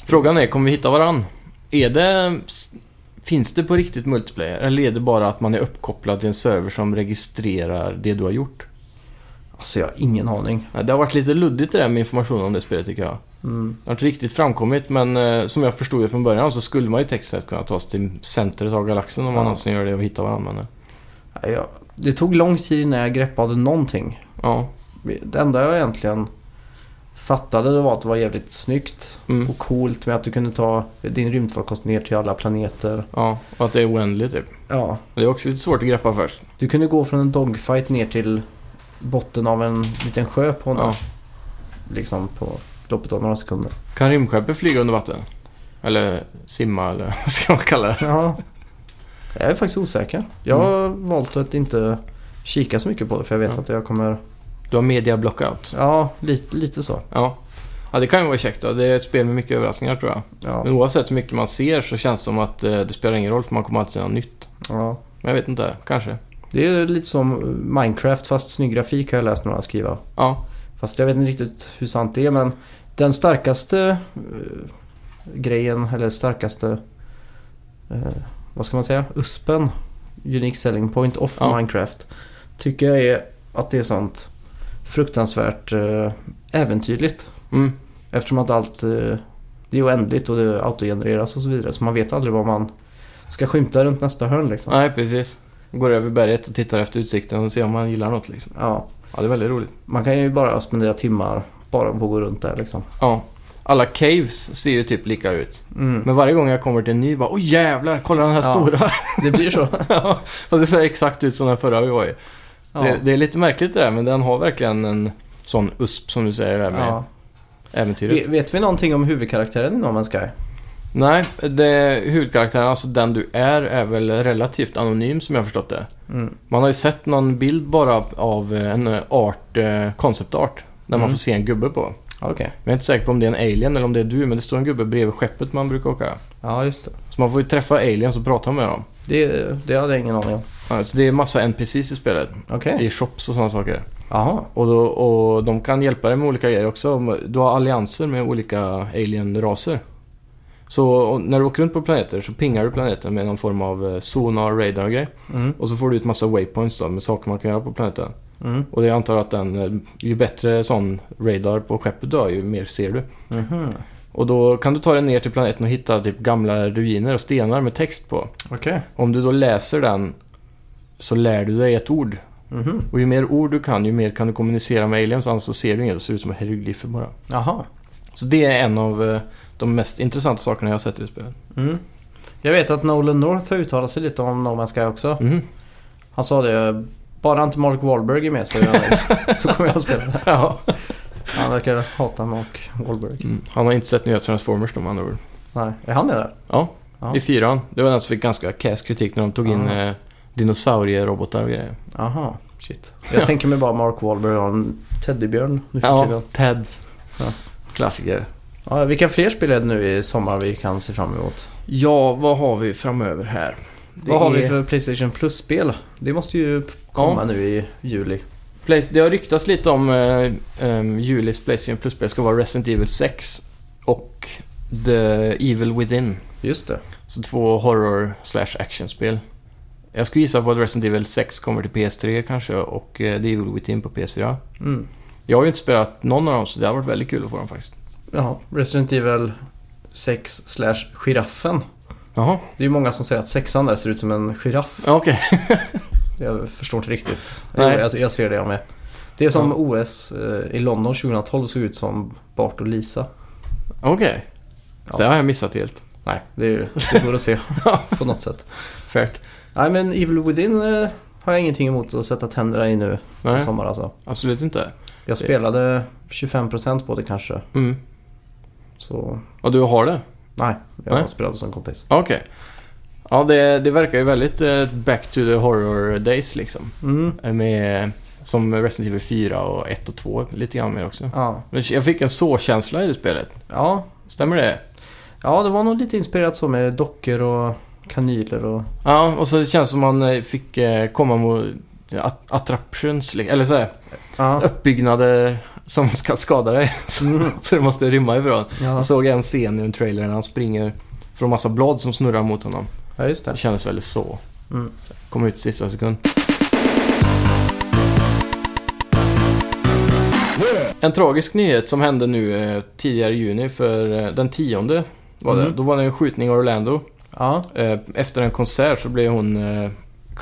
C: Frågan är, kommer vi hitta varann? Är det... s- Finns det på riktigt multiplayer? Eller är det bara att man är uppkopplad till en server som registrerar det du har gjort?
B: Alltså jag har ingen aning.
C: Ja, Det har varit lite luddigt det där med information om det spelet tycker jag.
B: Mm.
C: Det har inte riktigt framkommit men eh, som jag förstod det från början så skulle man ju tekniskt sett kunna ta sig till centret av galaxen om man
B: Ja.
C: någonsin gör det och hitta varandra. Men, eh,
B: Nej, Jag, det tog lång tid innan jag greppade någonting.
C: ja.
B: Det enda jag egentligen fattade det var att det var jävligt snyggt
C: Mm,
B: och coolt med att du kunde ta din rymdfarkost ner till alla planeter.
C: ja. Och att det är oändligt typ.
B: Ja,
C: Men det är också lite svårt att greppa först.
B: du kunde gå från en dogfight ner till botten av en liten sjö på en
C: Ja.
B: liksom på loppet av några sekunder.
C: Kan rymdskeppet flyga under vatten? Eller simma eller vad ska man kalla det?
B: Ja. Jag är faktiskt osäker. Jag har valt att inte kika så mycket på det för jag vet
C: Mm. Ja.
B: att jag kommer...
C: Du har media blockout.
B: Ja, lite, lite så.
C: Ja. ja, det kan ju vara käckt då. Det är ett spel med mycket överraskningar tror jag.
B: Ja.
C: Men oavsett hur mycket man ser så känns det som att eh, det spelar ingen roll för man kommer alltid se något nytt.
B: ja.
C: Men jag vet inte, kanske.
B: Det är lite som Minecraft fast snygg grafik har jag läst några skriva.
C: Ja,
B: Fast jag vet inte riktigt hur sant det är men Den starkaste eh, grejen, eller starkaste, eh, vad ska man säga, USPen, Unique Selling Point of
C: Ja.
B: Minecraft, tycker jag är att det är sånt fruktansvärt eh, äventyrligt.
C: Mm.
B: Eftersom att allt eh, det är oändligt och det autogenereras och så vidare. Så man vet aldrig vad man ska skymta runt nästa hörn liksom.
C: Nej, precis. Går över berget och tittar efter utsikten och ser om man gillar något liksom.
B: Ja,
C: Ja, det är väldigt roligt.
B: man kan ju bara spendera timmar bara på att gå runt där liksom.
C: Ja. Alla caves ser ju typ lika ut.
B: Mm.
C: Men varje gång jag kommer till en ny bara Åh jävlar, kolla den här
B: Ja.
C: stora!
B: Det blir så.
C: Ja, och det ser exakt ut som den förra vi var i.
B: Ja.
C: Det, det är lite märkligt det där, men den har verkligen en sån USP som du säger där med
B: Ja.
C: äventyret.
B: Vet, vet vi någonting om huvudkaraktären i No Man's Sky?
C: Nej, det, huvudkaraktären, alltså den du är, är väl relativt anonym som jag har förstått det.
B: Mm.
C: Man har ju sett någon bild bara av, av en art, eh, konceptart, där man
B: Mm.
C: får se en gubbe på.
B: Okej.
C: Jag är inte säker på om det är en alien eller om det är du, men det står en gubbe bredvid skeppet man brukar åka.
B: Ja, just det.
C: Så man får ju träffa aliens och prata med dem.
B: Det, det hade jag ingen aning om.
C: Ja, Så det är massa NPCs i spelet,
B: Okej.
C: i shops och sådana saker.
B: Jaha.
C: Och, då, och de kan hjälpa dig med olika grejer också. Du har allianser med olika alien-raser. Så och när du åker runt på planeter så pingar du planeten med någon form av eh, sonar, radar och grej.
B: Mm.
C: Och så får du ut massa waypoints då med saker man kan göra på planeten.
B: Mm.
C: Och jag antar att den, eh, ju bättre sån radar på skeppet du har, ju mer ser du.
B: Mhm.
C: Och då kan du ta dig ner till planeten och hitta typ gamla ruiner och stenar med text på.
B: Okej.
C: Om du då läser den så lär du dig ett ord
B: Mhm.
C: och ju mer ord du kan, ju mer kan du kommunicera med aliens, annars så ser du inget. Det ser ut som hieroglyfer bara.
B: Jaha.
C: Så det är en av eh, de mest intressanta sakerna jag har sett i det spelet.
B: Mm. Jag vet att Nolan North har uttalat sig lite om No Man's Sky också.
C: Mhm.
B: Han sa det, bara inte Mark Wahlberg är med så, är jag, nöjd." så kommer jag att spela. det.
C: Ja.
B: Han verkar hata Mark Wahlberg.
C: Mm. Han har inte sett nya Transformers de andra ord.
B: Nej, är han med där?
C: Ja,
B: Ja.
C: i fyran. Det var den som fick ganska kass kritik när de tog in
B: Ja.
C: eh, dinosaurierobotar och grejer.
B: Aha, shit.
C: Ja.
B: Jag tänker mig bara Mark Wahlberg och en teddybjörn nu för
C: Ja,
B: tiden.
C: Ted.
B: Ja.
C: Klassiker.
B: Ja, vilka fler spel är det nu i sommar vi kan se fram emot?
C: Ja, vad har vi framöver här? Det
B: Vad har vi
C: är-
B: för Playstation Plus-spel? Det måste ju komma nu i juli.
C: Play- Det har ryktats lite om eh, um, Julis Playstation Plus-spel ska vara Resident Evil 6 och The Evil Within.
B: Just det.
C: Så två horror slash actionspel. Jag skulle gissa på att Resident Evil 6 kommer till PS3 kanske och eh, The Evil Within på PS4.
B: Mm.
C: Jag har ju inte spelat någon av dem så det har varit väldigt kul att få dem faktiskt.
B: Ja, Resident Evil 6 slash giraffen.
C: Jaha,
B: Det är ju många som säger att sexan där ser ut som en giraff.
C: ja, okej.
B: Jag förstår inte riktigt.
C: Nej.
B: Jo, Jag, jag ser det jag med. Det är som OS eh, i London 2012 såg ut som Bart och Lisa.
C: Okej.
B: Ja.
C: Det har jag missat helt.
B: Nej, det, är, ju- det går att se på något sätt.
C: Färt.
B: Nej men Evil Within eh, har jag ingenting emot att sätta tänderna i nu i
C: Nej,
B: sommar alltså.
C: absolut inte.
B: Jag spelade 25% på det kanske.
C: Mm.
B: Så
C: Och du har det?
B: nej, jag
C: Nej.
B: spelade som kompis.
C: Okej. Ja, det, det verkar ju väldigt eh, back to the horror days liksom.
B: Mm.
C: Med, som Resident Evil 4 och 1 och 2 lite grann mer också.
B: Ja.
C: Men jag fick en så-känsla i det spelet.
B: Ja.
C: Stämmer det?
B: ja, det var nog lite inspirerat så med dockor och kanyler och...
C: Ja, och så känns det som man eh, fick eh, komma mot eh, att- attraptions, li- eller såhär,
B: Ja.
C: uppbyggnader som ska skada dig.
B: Mm.
C: så det måste rymma ifrån.
B: Ja.
C: Jag såg en scen i en trailer när han springer från massa blad som snurrar mot honom.
B: ja, just
C: Det
B: det.
C: kändes väldigt så.
B: Mm.
C: Kom ut sista sekund. En tragisk nyhet som hände nu eh, tidigare i juni, för eh, den tionde var det.
B: Mm.
C: Då var det en skjutning i Orlando.
B: Ja.
C: Eh, Efter en konsert så blev hon eh,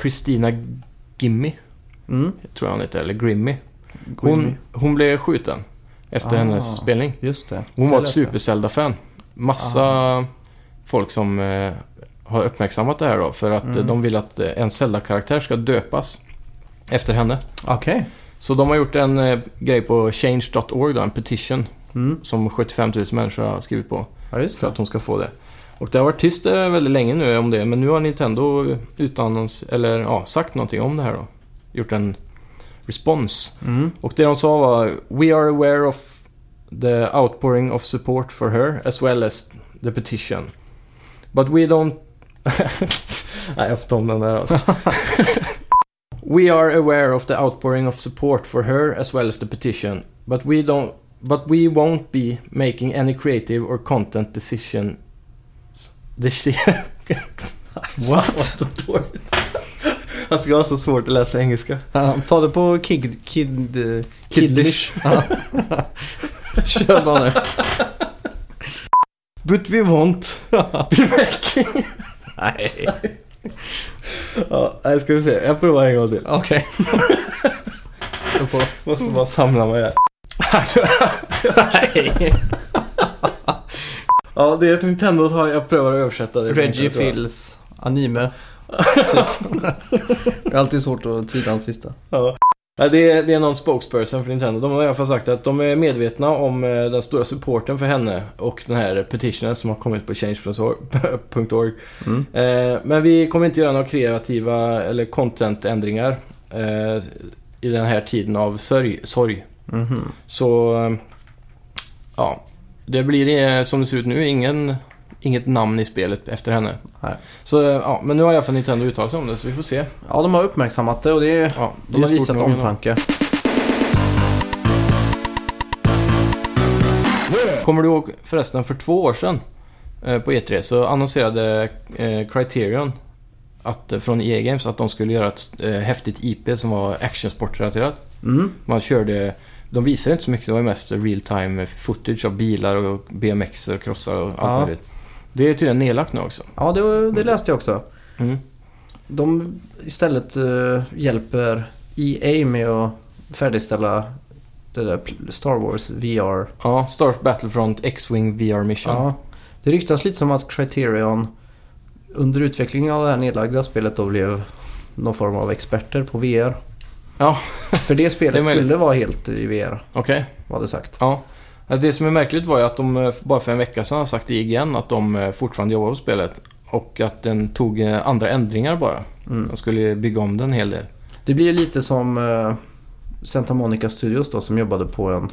C: Christina Gimmi,
B: Mm.
C: tror jag hon heter, eller Grimmy. Hon, hon blev skjuten efter
B: Ah.
C: hennes spelning.
B: Just det.
C: Hon var
B: Det
C: ett
B: läste jag.
C: super-Zelda-fan. Massa folk som eh, har uppmärksammat det här då för att eh,
B: Mm.
C: de vill att eh, en Zelda-karaktär ska döpas efter henne.
B: Okej.
C: Så de har gjort en eh, grej på change.org då, en petition
B: Mm.
C: som 75 000 människor har skrivit på
B: Ja, just
C: för
B: det.
C: att hon ska få det. Och det har varit tyst eh, väldigt länge nu om det, men nu har Nintendo utannons, eller ja, sagt någonting om det här då. Gjort en respons.
B: Mm.
C: Och det de sa var We are aware of the outpouring of support for her as well as the petition. But we don't... Nej, jag får ta om den där alltså. We are aware of the outpouring of support for her as well as the petition. But we don't... But we won't be making any creative or content decision... Deci-
B: What?
C: Han ska ha Alltså, så svårt att läsa engelska.
B: Ja, ta det på kid... Kid... eh, Kiddish. Ja. Kör bara nu.
C: But we won't be making...
B: Nej.
C: ja, jag ska vi se. Jag provar en gång till.
B: Okej. Kör på.
C: Måste bara samla mig här.
B: Nej.
C: ja, det är ett Nintendo har jag prövar att översätta det.
B: Reggie Phils anime. Typ. Det är alltid svårt att tyda hans sista.
C: Ja. Ja, det, är, det är någon spokesperson för Nintendo. De har i alla fall sagt att de är medvetna om eh, den stora supporten för henne och den här petitionen som har kommit på change.org.
B: Mm.
C: Eh, men vi kommer inte göra några kreativa eller contentändringar eh, i den här tiden av sörj, sorg.
B: Mhm.
C: Så eh, ja, det blir eh, som det ser ut nu ingen, inget namn i spelet efter henne.
B: Nej.
C: Så eh, ja, men nu har i alla fall Nintendo uttalat sig om det så vi får se.
B: Ja, de har uppmärksammat det och det är,
C: Ja,
B: de har
C: stort
B: visat
C: nog ändå.
B: omtanke.
C: Kommer du ihåg förresten för två år sedan eh, på E3 så annonserade eh, Criterion att, eh, från EA Games att de skulle göra ett eh, häftigt IP som var actionsportrelaterat.
B: Mm.
C: Man körde, de visade inte så mycket, det var ju mest real time footage av bilar och BMX och crossar och allt
B: Ja.
C: möjligt. Det är tydligen nedlagt nu också.
B: Ja, det, var- det läste jag också.
C: Mm.
B: De istället eh, hjälper EA med att färdigställa det där pl- Star Wars VR.
C: Ja, Star Wars Battlefront X-Wing VR Mission.
B: Ja. Det ryktas lite som att Criterion under utvecklingen av det här nedlagda spelet då blev någon form av experter på VR.
C: Ja.
B: För det
C: Det är
B: spelet
C: möjligt.
B: skulle vara helt i VR,
C: Okej.
B: var det sagt.
C: Ja. Ja, Det som är märkligt var ju att de eh, bara för en vecka sedan har sagt i IGN att de eh, fortfarande jobbar på spelet. Och att den tog eh, andra ändringar bara.
B: Mm.
C: De skulle ju bygga om den en hel del.
B: Det blir ju lite som eh, Santa Monica Studios då som jobbade på en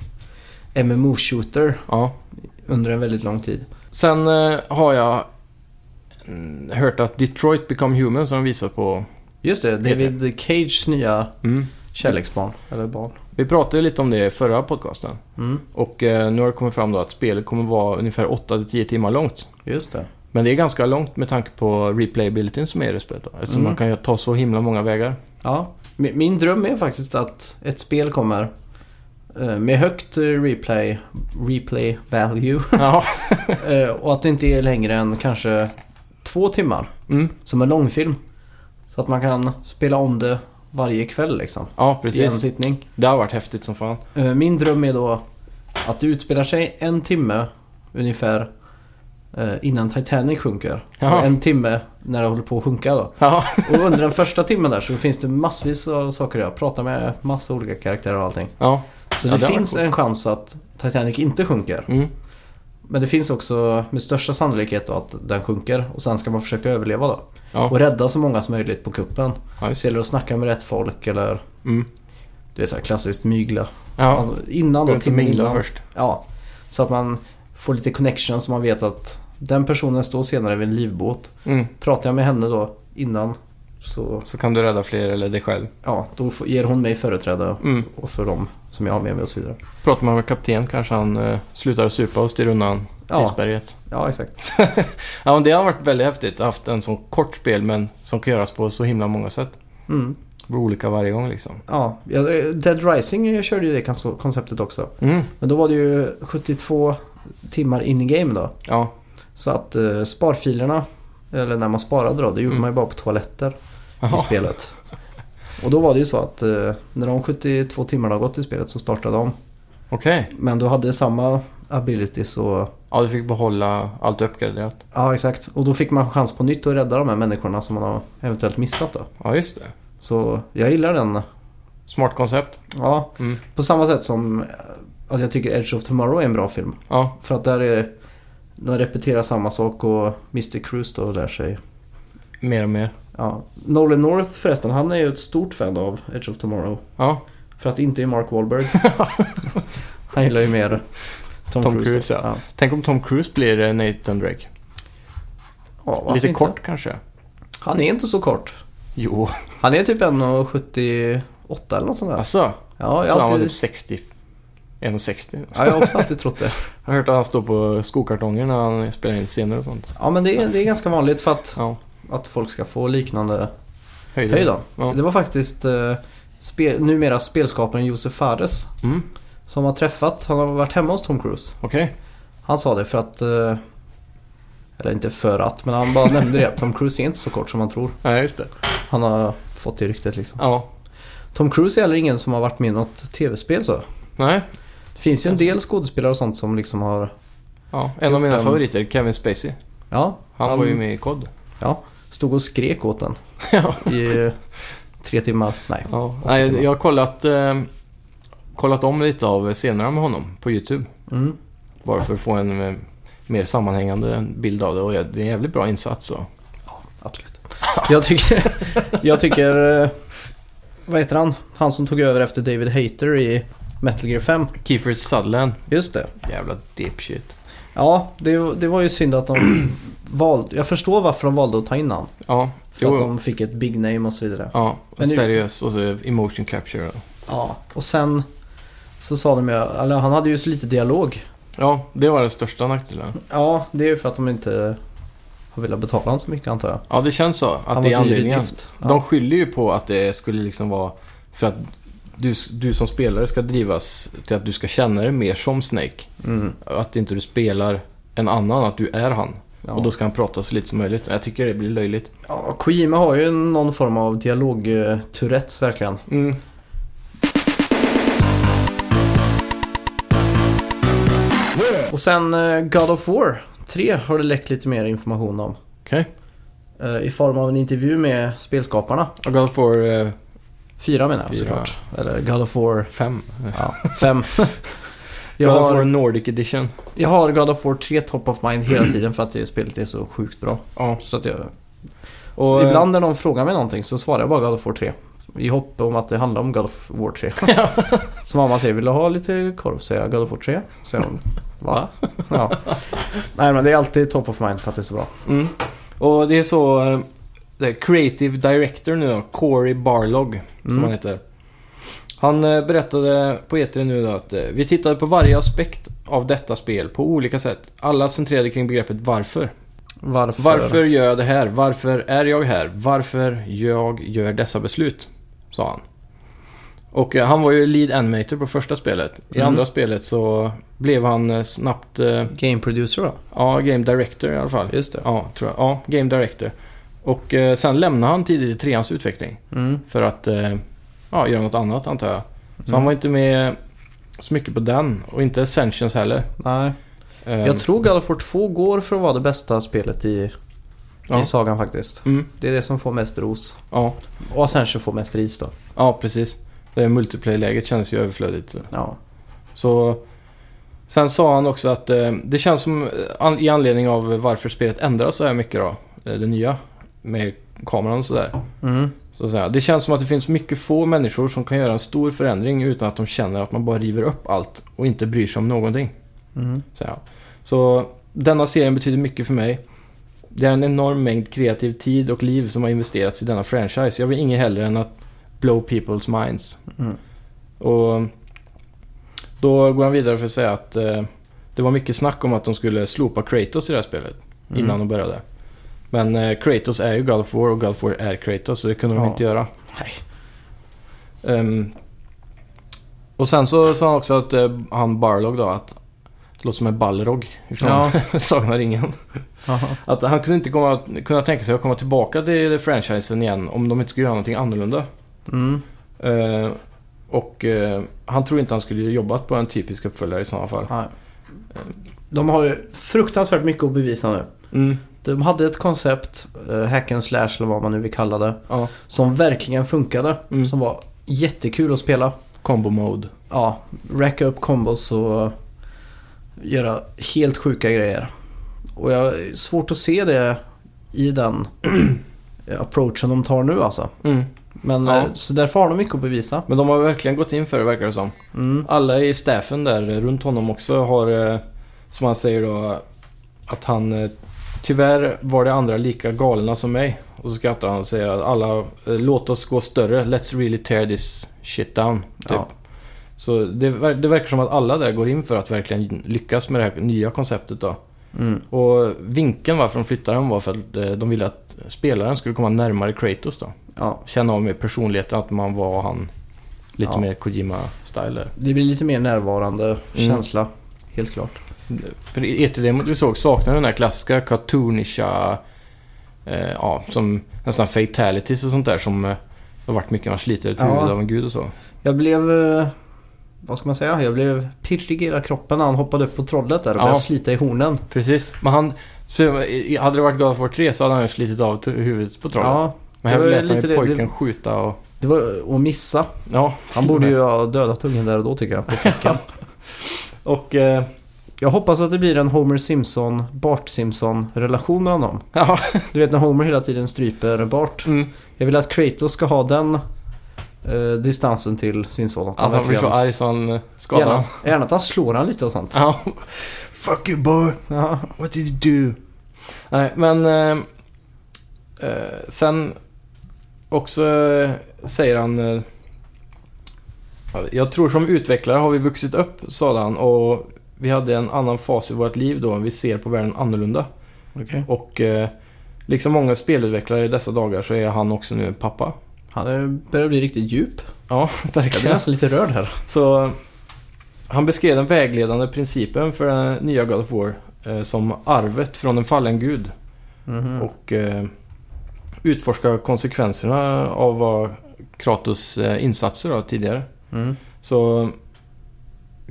B: MMO-shooter
C: Ja.
B: under en väldigt lång tid.
C: Sen eh, har jag mm, hört att Detroit Become Human som de visar på...
B: Just det, David Cage nya
C: Mm.
B: kärleksbarn. Eller barn.
C: Vi pratade ju lite om det i förra podcasten.
B: Mm,
C: Och eh, nu har det kommit fram då att spelet kommer vara ungefär 8-10 timmar långt.
B: just det.
C: Men det är ganska långt med tanke på replayabilityn som är i det spelet. Då, eftersom
B: Mm.
C: man kan ju ta så himla många vägar.
B: Ja, mi- min dröm är faktiskt att ett spel kommer eh, med högt eh, replay, replay value
C: Ja.
B: eh, och att det inte är längre än kanske två timmar
C: Mm.
B: som en långfilm. Så att man kan spela om det varje kväll liksom.
C: Ja,
B: I en
C: precis.
B: sittning.
C: Det har varit häftigt som fan.
B: Eh, Min dröm är då att det utspelar sig en timme ungefär eh, innan Titanic sjunker.
C: Jaha.
B: Och en timme när det håller på att sjunka då.
C: Ja,
B: Och under den första timmen där så finns det massvis av saker att göra. Prata med massa olika karaktärer och allting.
C: ja.
B: Så
C: Ja,
B: det,
C: det var
B: finns
C: coolt.
B: en chans att Titanic inte sjunker.
C: Mm.
B: Men det finns också med största sannolikhet då att den sjunker. Och sen ska man försöka överleva då.
C: Ja.
B: Och rädda så många som möjligt på kuppen.
C: Ja, just
B: Så gäller det att snacka med rätt folk eller
C: Mm.
B: det är så här klassiskt mygla.
C: Ja,
B: Alltså innan
C: gå
B: då,
C: ut och
B: timmen
C: mingla
B: innan.
C: först.
B: Ja, så att man får lite connection så man vet att den personen står senare vid en livbåt.
C: Mm.
B: Pratar jag med henne då innan så
C: Så kan du rädda fler eller dig själv.
B: ja, då får- ger hon mig företräde
C: Mm.
B: och för dem som jag har med mig och så vidare.
C: Pratar man med kapten kanske han eh, slutar att supa och styr undan
B: Ja.
C: isberget.
B: Ja, exakt.
C: Ja, men det har varit väldigt häftigt att haft en sån kort spel men som kan göras på så himla många sätt.
B: Mm.
C: Det blir olika varje gång liksom.
B: Ja, ja, Dead Rising eh, körde ju det kons- konceptet också.
C: Mm.
B: Men då var det ju 72 timmar in game då.
C: Ja,
B: Så att eh, sparfilerna, eller när man sparade då, det gjorde
C: Mm.
B: man ju bara på toaletter i
C: Jaha.
B: spelet. Och då var det ju så att eh, när de 72 timmarna har gått i spelet så startade de.
C: okej.
B: Men du hade samma ability så...
C: Ja, du fick behålla allt uppgraderat.
B: Ja, exakt. Och då fick man chans på nytt att rädda de här människorna som man har eventuellt missat då.
C: Ja, just det.
B: Så jag gillar den.
C: Smart koncept.
B: Ja,
C: Mm.
B: på samma sätt som eh, att jag tycker Edge of Tomorrow är en bra film.
C: Ja,
B: För att där är... De repeterar samma sak och Mr. Cruise då lär sig
C: mer och mer.
B: Ja. Nolan North förresten, han är ju ett stort fan av Edge of Tomorrow.
C: Ja,
B: För att det inte är Mark Wahlberg. han gillar ju mer Tom,
C: Tom
B: Cruise. då.
C: Cruise, ja.
B: ja.
C: tänk om Tom Cruise blir eh, Nathan Drake.
B: Ja, varför
C: Lite
B: inte?
C: kort kanske.
B: Han är inte så kort.
C: Jo,
B: Han är typ 1,78 eller något sånt där.
C: alltså.
B: Ja, jag har
C: Så han var
B: alltid...
C: typ 60 1,60.
B: Ja, jag har också alltid trott det.
C: Jag har hört att han står på skokartonger när han spelar in scener och sånt.
B: Ja, men det är, det är ganska vanligt för att,
C: Ja,
B: att folk ska få liknande
C: höjden.
B: höjd. då.
C: Ja.
B: Det var faktiskt eh, spe, numera spelskaparen Josef Fares
C: Mm,
B: som har träffat, han har varit hemma hos Tom Cruise.
C: okej.
B: Han sa det för att, eh, eller inte för att, men han bara nämnde det att Tom Cruise är inte så kort som man tror.
C: Nej, just det.
B: Han har fått det ryktet liksom.
C: Ja.
B: Tom Cruise är heller ingen som har varit med i något tv-spel så.
C: Nej.
B: Det finns ju en del skådespelare och sånt som liksom har,
C: Ja, en av mina
B: Utan-
C: favoriter, Kevin Spacey.
B: ja,
C: Han
B: Han-
C: var ju med i COD.
B: ja, stod och skrek åt den
C: ja.
B: i eh, tre timmar. Nej.
C: ja. Nej, jag har kollat, eh, kollat om lite av scenerna med honom på YouTube.
B: Mm.
C: Bara för att få en eh, mer sammanhängande bild av det. Och det är en jävligt bra insats. Så.
B: Absolut. Jag tycker, jag tycker eh, vad heter han? Han som tog över efter David Hayter i Metal Gear 5.
C: Kiefer Sutherland.
B: Just det.
C: Jävla dipshit.
B: Ja, det, det var ju synd att de valde. Jag förstår varför de valde att ta in han.
C: Ja,
B: För
C: jo.
B: att de fick ett big name och så vidare.
C: Ja, och
B: Men nu-
C: seriös och så emotion capture.
B: Ja, och sen så sa de ju, eller han hade ju så lite dialog.
C: Ja, det var den största nackdelen.
B: Ja, det är ju för att de inte har velat betala honom så mycket antar jag.
C: Ja, det känns så. Att
B: Han
C: det är
B: var dyr i
C: anledningen.
B: drift. Ja.
C: De skyller ju på att det skulle liksom vara för att du, du som spelare ska drivas till att du ska känna dig mer som Snake.
B: Mm,
C: Att inte du spelar en annan, att du är han.
B: ja.
C: Och då ska han prata så lite som möjligt. Jag tycker det blir löjligt.
B: ja, Kojima har ju någon form av dialog-tourettes verkligen.
C: Mm.
B: Och sen eh, God of War 3 har det läckt lite mer information om.
C: Okej.
B: Eh, I form av en intervju med spelskaparna.
C: Och God of War eh,
B: Fyra menar jag
C: Fyra.
B: såklart. Eller God of War
C: 5. Eh,
B: ja, 5. jag,
C: God of War
B: har,
C: Nordic Edition.
B: jag har God of War 3 top of mind hela tiden för att det spelet är så sjukt bra.
C: Ja.
B: Så att jag,
C: Och,
B: så
C: eh,
B: ibland när någon frågar mig någonting så svarar jag bara God of War 3. I hopp om att det handlar om God of War 3. Så mamma säger, vill du ha lite korv? Säger jag, God of War 3. Säger hon, va? Ja. Nej men det är alltid top of mind för att det är så bra.
C: Mm. Och det är så... eh, Det är creative director nu då, Corey Barlog, som
B: Mm.
C: han heter. Han eh, berättade på E3 nu då att eh, vi tittade på varje aspekt av detta spel på olika sätt. Alla centrerade kring begreppet varför.
B: Varför?
C: Varför gör jag det här? Varför är jag här? Varför jag gör dessa beslut? Sa han. Och eh, han var ju lead animator på första spelet. I
B: Mm.
C: andra spelet så blev han eh, snabbt, eh,
B: Game producer då?
C: ja, game director i alla fall.
B: Just det.
C: Ja, tror jag. Ja, Game Director. Och eh, sen lämnade han tidigt i treans utveckling
B: Mm.
C: för att eh, ja, göra något annat antar jag. Så
B: Mm.
C: han var inte med så mycket på den och inte Ascensions heller.
B: Nej.
C: Eh,
B: Jag tror God of War 2 går för att vara det bästa spelet i,
C: ja.
B: i sagan faktiskt.
C: Mm,
B: Det är det som får mest ros.
C: ja.
B: Och Ascension får mest ris då.
C: ja, precis. Det multiplayer-läget känns ju överflödigt.
B: Ja.
C: Så sen sa han också att eh, det känns som eh, an, i anledning av varför spelet ändras så här mycket då. eh, Det nya med kameran och sådär.
B: Mm.
C: Så att säga, det känns som att det finns mycket få människor som kan göra en stor förändring utan att de känner att man bara river upp allt och inte bryr sig om någonting.
B: Mm.
C: Så, här. så denna serien betyder mycket för mig. Det är en enorm mängd kreativ tid och liv som har investerats i denna franchise. Jag vill inget hellre än att blow people's minds.
B: Mm.
C: Och då går han vidare för att säga att eh, det var mycket snack om att de skulle slopa Kratos i det här spelet
B: Mm.
C: innan de började. Men eh, Kratos är ju God of War och God of War är Kratos så det kunde de
B: Ja.
C: inte göra.
B: Nej.
C: Ehm, och sen så sa han också att eh, han Barlog då att det låter som en Balrog ifrån Sagan om ringen.
B: Jaha.
C: Att han kunde inte komma, kunna tänka sig att komma tillbaka till franchisen igen om de inte skulle göra någonting annorlunda.
B: Mm.
C: Eh, och eh, han tror inte han skulle jobbat på en typisk uppföljare i sådana fall.
B: Nej. De har ju fruktansvärt mycket att bevisa nu.
C: Mm,
B: De hade ett koncept, eh, hack and slash eller vad man nu vill kalla det,
C: ja.
B: som verkligen funkade.
C: Mm.
B: Som var jättekul att spela.
C: Combo mode.
B: Ja, racka upp combos och göra helt sjuka grejer. Och jag är svårt att se det i den approachen de tar nu alltså.
C: Mm.
B: Men
C: Ja.
B: eh, så därför har de mycket att bevisa.
C: Men de har verkligen gått in för det verkar det som.
B: Mm.
C: Alla i staffen där eh, runt honom också har, eh, som han säger då, att han eh, tyvärr var det andra lika galna som mig. Och så skrattar han och säger att alla, eh, låt oss gå större, let's really tear this shit down. Typ.
B: Ja.
C: Så det, ver- det verkar som att alla där går in för att verkligen lyckas med det här nya konceptet då.
B: Mm.
C: Och vinkeln varför de flyttade den var för att eh, de ville att spelaren skulle komma närmare Kratos då.
B: Ja,
C: Känna av mer personligheten, att man var han lite
B: Ja.
C: mer Kojima-style där.
B: det blir lite mer närvarande känsla. Helt klart.
C: För i ET-demot vi såg saknade den där klassiska cartoonisha, eh, ja, som nästan fatalities och sånt där som eh, har varit mycket, man sliter ett
B: Ja.
C: huvud av en gud och så.
B: Jag blev... eh, Vad ska man säga? Jag blev pirrig i hela kroppen när han hoppade upp på trollet där och
C: Ja.
B: började slita i hornen.
C: Precis, men han, så, i- hade det varit God of War 3 så hade han ju slitit av t- huvudet på trollet.
B: Ja,
C: men
B: det
C: här
B: var ju
C: lät han
B: lite
C: ju
B: det-
C: pojken
B: det-
C: skjuta och...
B: det var att missa.
C: Ja,
B: Han borde ju ha dödat ungen där och då tycker jag. På fickan.
C: Och... Eh,
B: Jag hoppas att det blir en Homer Simpson, Bart Simpson relation mellan dem.
C: ja,
B: Du vet när Homer hela tiden stryper Bart.
C: mm.
B: Jag vill att Kratos ska ha den eh, distansen till sin son. Att
C: Att han blir så
B: verkligen-
C: arg så han eh, skadar
B: gärna,
C: honom.
B: gärna att han slår han lite och sånt.
C: Ja. Fuck you boy,
B: Ja.
C: what did you do? Nej, men... Eh, eh, sen också eh, säger han... Eh, jag tror som utvecklare har vi vuxit upp, sa han. Och vi hade en annan fas i vårt liv då. Vi ser på världen annorlunda. Och eh, liksom många spelutvecklare i dessa dagar så är han också nu en pappa.
B: Han är, börjar bli riktigt djup.
C: Ja,
B: Jag blir
C: verkligen.
B: nästan lite rörd här.
C: Så han beskrev den vägledande principen för den nya God of War eh, som arvet från en fallen gud
B: Mhm.
C: och eh, utforska konsekvenserna av vad Kratos eh, insatser då, tidigare.
B: Mm.
C: Så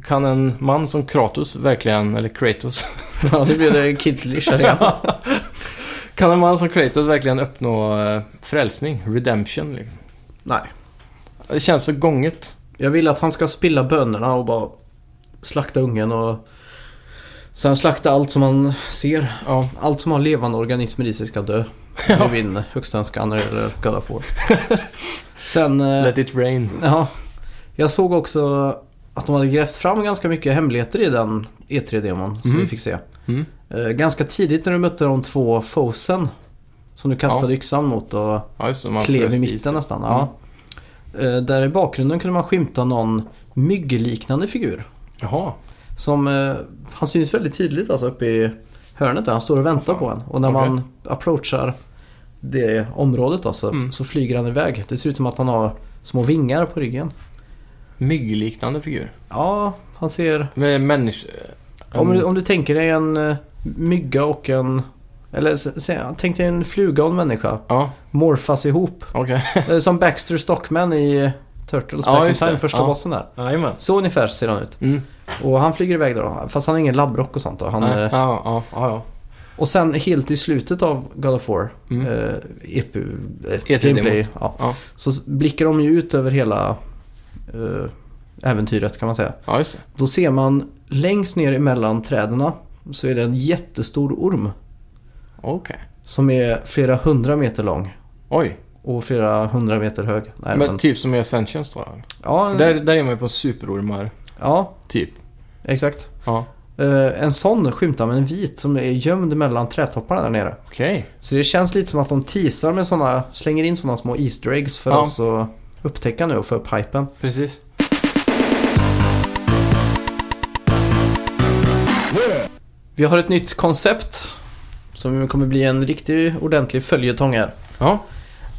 C: kan en man som Kratos verkligen, eller Kratos,
B: Ja, det blir det kittlish här igen.
C: kan en man som Kratos verkligen uppnå eh, frälsning, redemption? Liksom?
B: Nej.
C: Det känns så gånget.
B: Jag vill att han ska spilla bönorna och bara slakta ungen och sen slakta allt som han ser.
C: Ja.
B: Allt som har levande organismer i sig ska dö. Det är min högsta önskan när det gäller God of War. Sen, eh,
C: Let it rain.
B: ja. Jag såg också att de hade grävt fram ganska mycket hemligheter i den E3-demon som
C: Mm.
B: vi fick se.
C: Mm.
B: Eh, Ganska tidigt när du mötte de två fosen som du kastade yxan mot och
C: Ja, Mm. just det, man
B: klev
C: frös
B: i
C: is det.
B: mitten nästan. Ja. Eh, Där i bakgrunden kunde man skymta någon myggliknande figur.
C: Jaha.
B: Som, eh, han syns väldigt tydligt alltså uppe i hörnet där. Han står och väntar på en. Och när
C: Okej.
B: man approachar det området då, så,
C: Mm.
B: så flyger han iväg. Det ser ut som att han har små vingar på ryggen.
C: Myggliknande figur.
B: Ja, han ser...
C: Med människa...
B: Om,
C: Mm.
B: du- om du tänker dig en eh, mygga och en... Eller s- se, tänk dig en fluga och en människa.
C: Ja,
B: Morfas ihop.
C: okej.
B: Eh, som Baxter Stockman i eh, Turtles
C: Ja,
B: Back in
C: just det.
B: Time, första
C: Ja.
B: bossen där.
C: Jajamän.
B: Så ungefär ser han ut.
C: Mm.
B: Och han flyger iväg då. Fast han har ingen labbrock och sånt då. Han,
C: Nej,
B: eh,
C: ja, ja, ja, ja.
B: Och sen helt i slutet av God of War,
C: Mm.
B: eh, EP, eh,
C: E3-demo.
B: gameplay, ja.
C: Ja.
B: så s- blickar de ju ut över hela eh, äventyret kan man säga.
C: ja, just det.
B: Då ser man längst ner emellan träden så är det en jättestor orm
C: Okej.
B: som är flera hundra meter lång
C: Oj.
B: och flera hundra meter hög. Nej, men,
C: Men typ som i Ascensions då?
B: ja, en-
C: Där, där är man ju på superormar,
B: ja,
C: typ.
B: exakt.
C: Ja.
B: Eh, en sån skymtar man, en vit som är gömd mellan trädtopparna där nere.
C: Okej.
B: Så det känns lite som att de teasar med såna, slänger in sådana små Easter eggs för
C: Ja.
B: oss att upptäcka nu och få upp hypen.
C: Precis.
B: Vi har ett nytt koncept som kommer bli en riktig ordentlig följetong här.
C: Ja.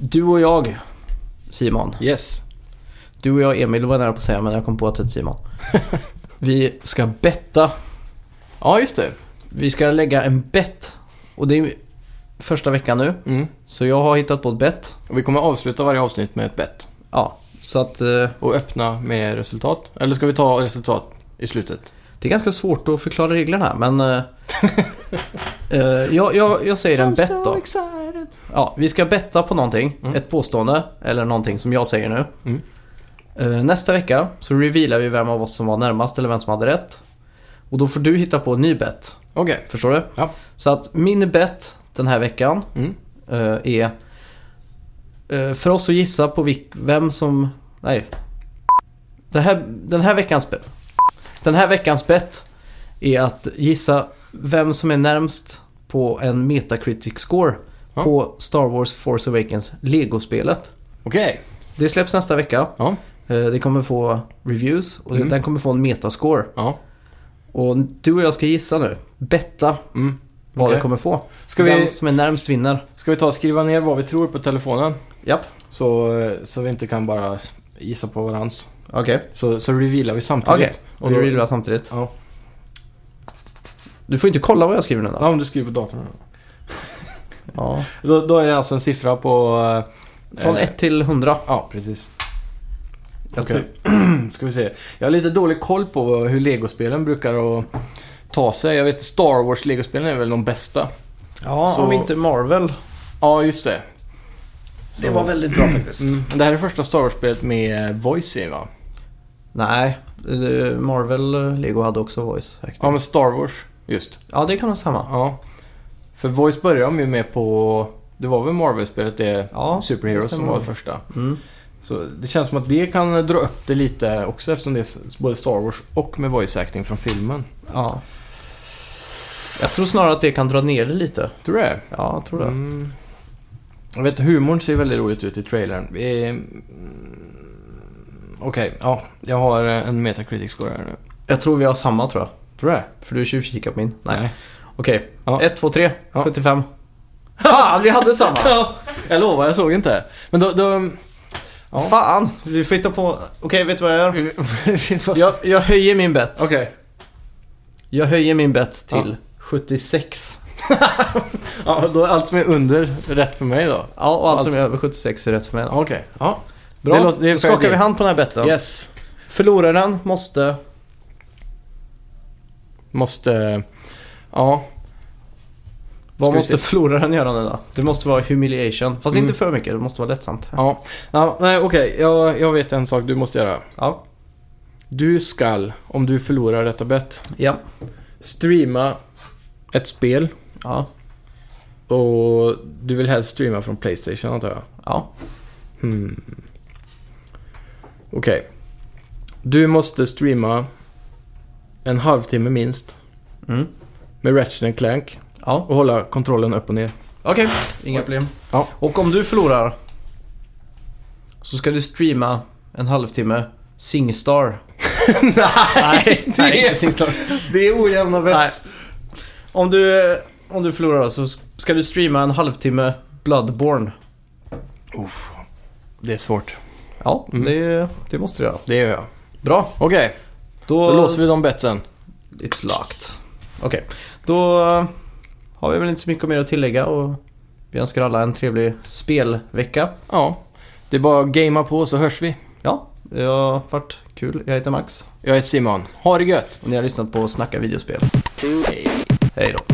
B: Du och jag, Simon.
C: Yes.
B: Du och jag, Emil var jag nära på att säga men jag kom på att det är Simon. Vi ska betta.
C: Ja, just det.
B: Vi ska lägga en bett. Och det är första veckan nu.
C: Mm.
B: Så jag har hittat på ett bett.
C: Och vi kommer avsluta varje avsnitt med ett bett.
B: Ja, så att eh,
C: Och öppna med resultat. Eller ska vi ta resultat i slutet?
B: Det är ganska svårt att förklara reglerna men... eh, eh, jag, jag, jag säger en bett då.
C: excited.
B: Ja, vi ska betta på någonting.
C: Mm.
B: Ett påstående eller någonting som jag säger nu.
C: Mm.
B: Eh, nästa vecka så revealar vi vem av oss som var närmast eller vem som hade rätt. Och då får du hitta på en ny bett.
C: Okej.
B: Förstår du?
C: Ja.
B: Så att min bett den här veckan
C: Mm.
B: eh, är eh, för oss att gissa på vilk, vem som... Nej. Det här, den här veckans bett. Den här veckans bett är att gissa vem som är närmst på en Metacritic score
C: Ja.
B: på Star Wars Force Awakens Lego-spelet.
C: Okej.
B: Det släpps nästa vecka.
C: Ja.
B: Eh, Eh, Det kommer få reviews och
C: Mm.
B: den kommer få en metascore.
C: Ja.
B: Och du och jag ska gissa nu. Betta
C: Mm.
B: vad
C: Okej.
B: det kommer få.
C: Ska,
B: Den
C: vi,
B: som är närmst vinner.
C: ska vi ta och skriva ner vad vi tror på telefonen?
B: Japp,
C: Så, eh, så vi inte kan bara gissa på varans.
B: okej.
C: Så, så revealar
B: Okej,
C: vi samtidigt.
B: och
C: då-
B: vi revealar samtidigt.
C: Ja.
B: Du får inte kolla vad jag skriver nu då.
C: Ja, om du skriver på datorn.
B: Ja.
C: Då, då är det alltså en siffra på... eh,
B: Från
C: eh,
B: 1 till 100.
C: Ja, precis.
B: Jag
C: Okej. Ska vi se. Jag har lite dålig koll på hur legospelen brukar att ta sig. Jag vet Star Wars legospelen är väl de bästa.
B: Ja,
C: Så-
B: om inte Marvel.
C: Ja, just det.
B: Det
C: Så-
B: var väldigt bra faktiskt.
C: Mm. Det här är första Star Wars-spelet med eh, voice i va?
B: Nej, eh, Marvel eh, Lego hade också voice.
C: Ja,
B: Ja,
C: men Star Wars. Just.
B: ja, det kan nog stämma.
C: Ja. För voice började de ju med på... Det var väl Marvel-spelet det?
B: Ja,
C: Super Heroes
B: det stämmer
C: som var
B: nog.
C: det första.
B: Mm.
C: Så det känns som att det kan dra upp det lite också eftersom det är både Star Wars och med voice acting från filmen.
B: Ja. Jag tror snarare att det kan dra ner det lite.
C: Tror du det?
B: Ja, jag tror det.
C: Mm. Jag vet, humorn ser väldigt roligt ut i trailern. Eh, mm, Okej, ja. Jag har eh, en Metacritic score här nu.
B: Jag tror vi har samma tror jag.
C: Tror du det?
B: För du tjuvkikar på min. Nej.
C: Nej.
B: Okej.
C: Ja.
B: 1, 2, 3.
C: Ja.
B: 75. Fan, vi hade samma!
C: Ja, jag lovar, jag såg inte. Men då... då Ja.
B: Fan, vi får hitta på... Okej, vet du vad jag gör?
C: Okej.
B: Jag, jag höjer min bet. Jag höjer min bet till 76.
C: Ja, då är allt som är under rätt för mig då.
B: Ja, och
C: Allt.
B: allt som är över 76 är rätt för mig.
C: Okej. Ja.
B: Bra,
C: det låter- det är
B: då
C: fair
B: skakar vi
C: deal.
B: hand på den här betten.
C: Yes.
B: Förloraren måste...
C: Måste... Ja.
B: Vad
C: Ska vi
B: måste
C: se.
B: förloraren göra nu då? Det måste vara humiliation. Fast
C: Mm.
B: inte för mycket, det måste vara lättsamt. Ja.
C: Ja. ja nej, okej. Jag, jag vet en sak du måste göra.
B: Ja.
C: Du skall, om du förlorar detta bett,
B: ja.
C: streama ett spel
B: ja.
C: och du vill helst streama från Playstation antar jag. Hmm. Okej. Du måste streama en halvtimme minst
B: Mm.
C: med Ratchet and Clank
B: Ja.
C: och hålla kontrollen upp och ner.
B: Okej, inga problem.
C: Ja.
B: Och om du förlorar så ska du streama en halvtimme Singstar. nej, nej, inte Singstar.
C: Det är ojämna
B: Nej. Om du, om du förlorar så ska du streama en halvtimme Bloodborne.
C: Det är svårt.
B: Ja,
C: Mm.
B: det, det måste du göra.
C: Det gör jag.
B: Bra,
C: Okej,
B: då...
C: då låser vi de betsen.
B: It's locked. Okej, då eh, har vi väl inte så mycket mer att tillägga och vi önskar alla en trevlig spelvecka.
C: Ja. Det är bara att gamea på så hörs vi.
B: Ja, det har varit kul. Jag heter Max
C: Jag heter Simon. Ha det gött!
B: och ni har lyssnat på Snacka videospel. Hej då.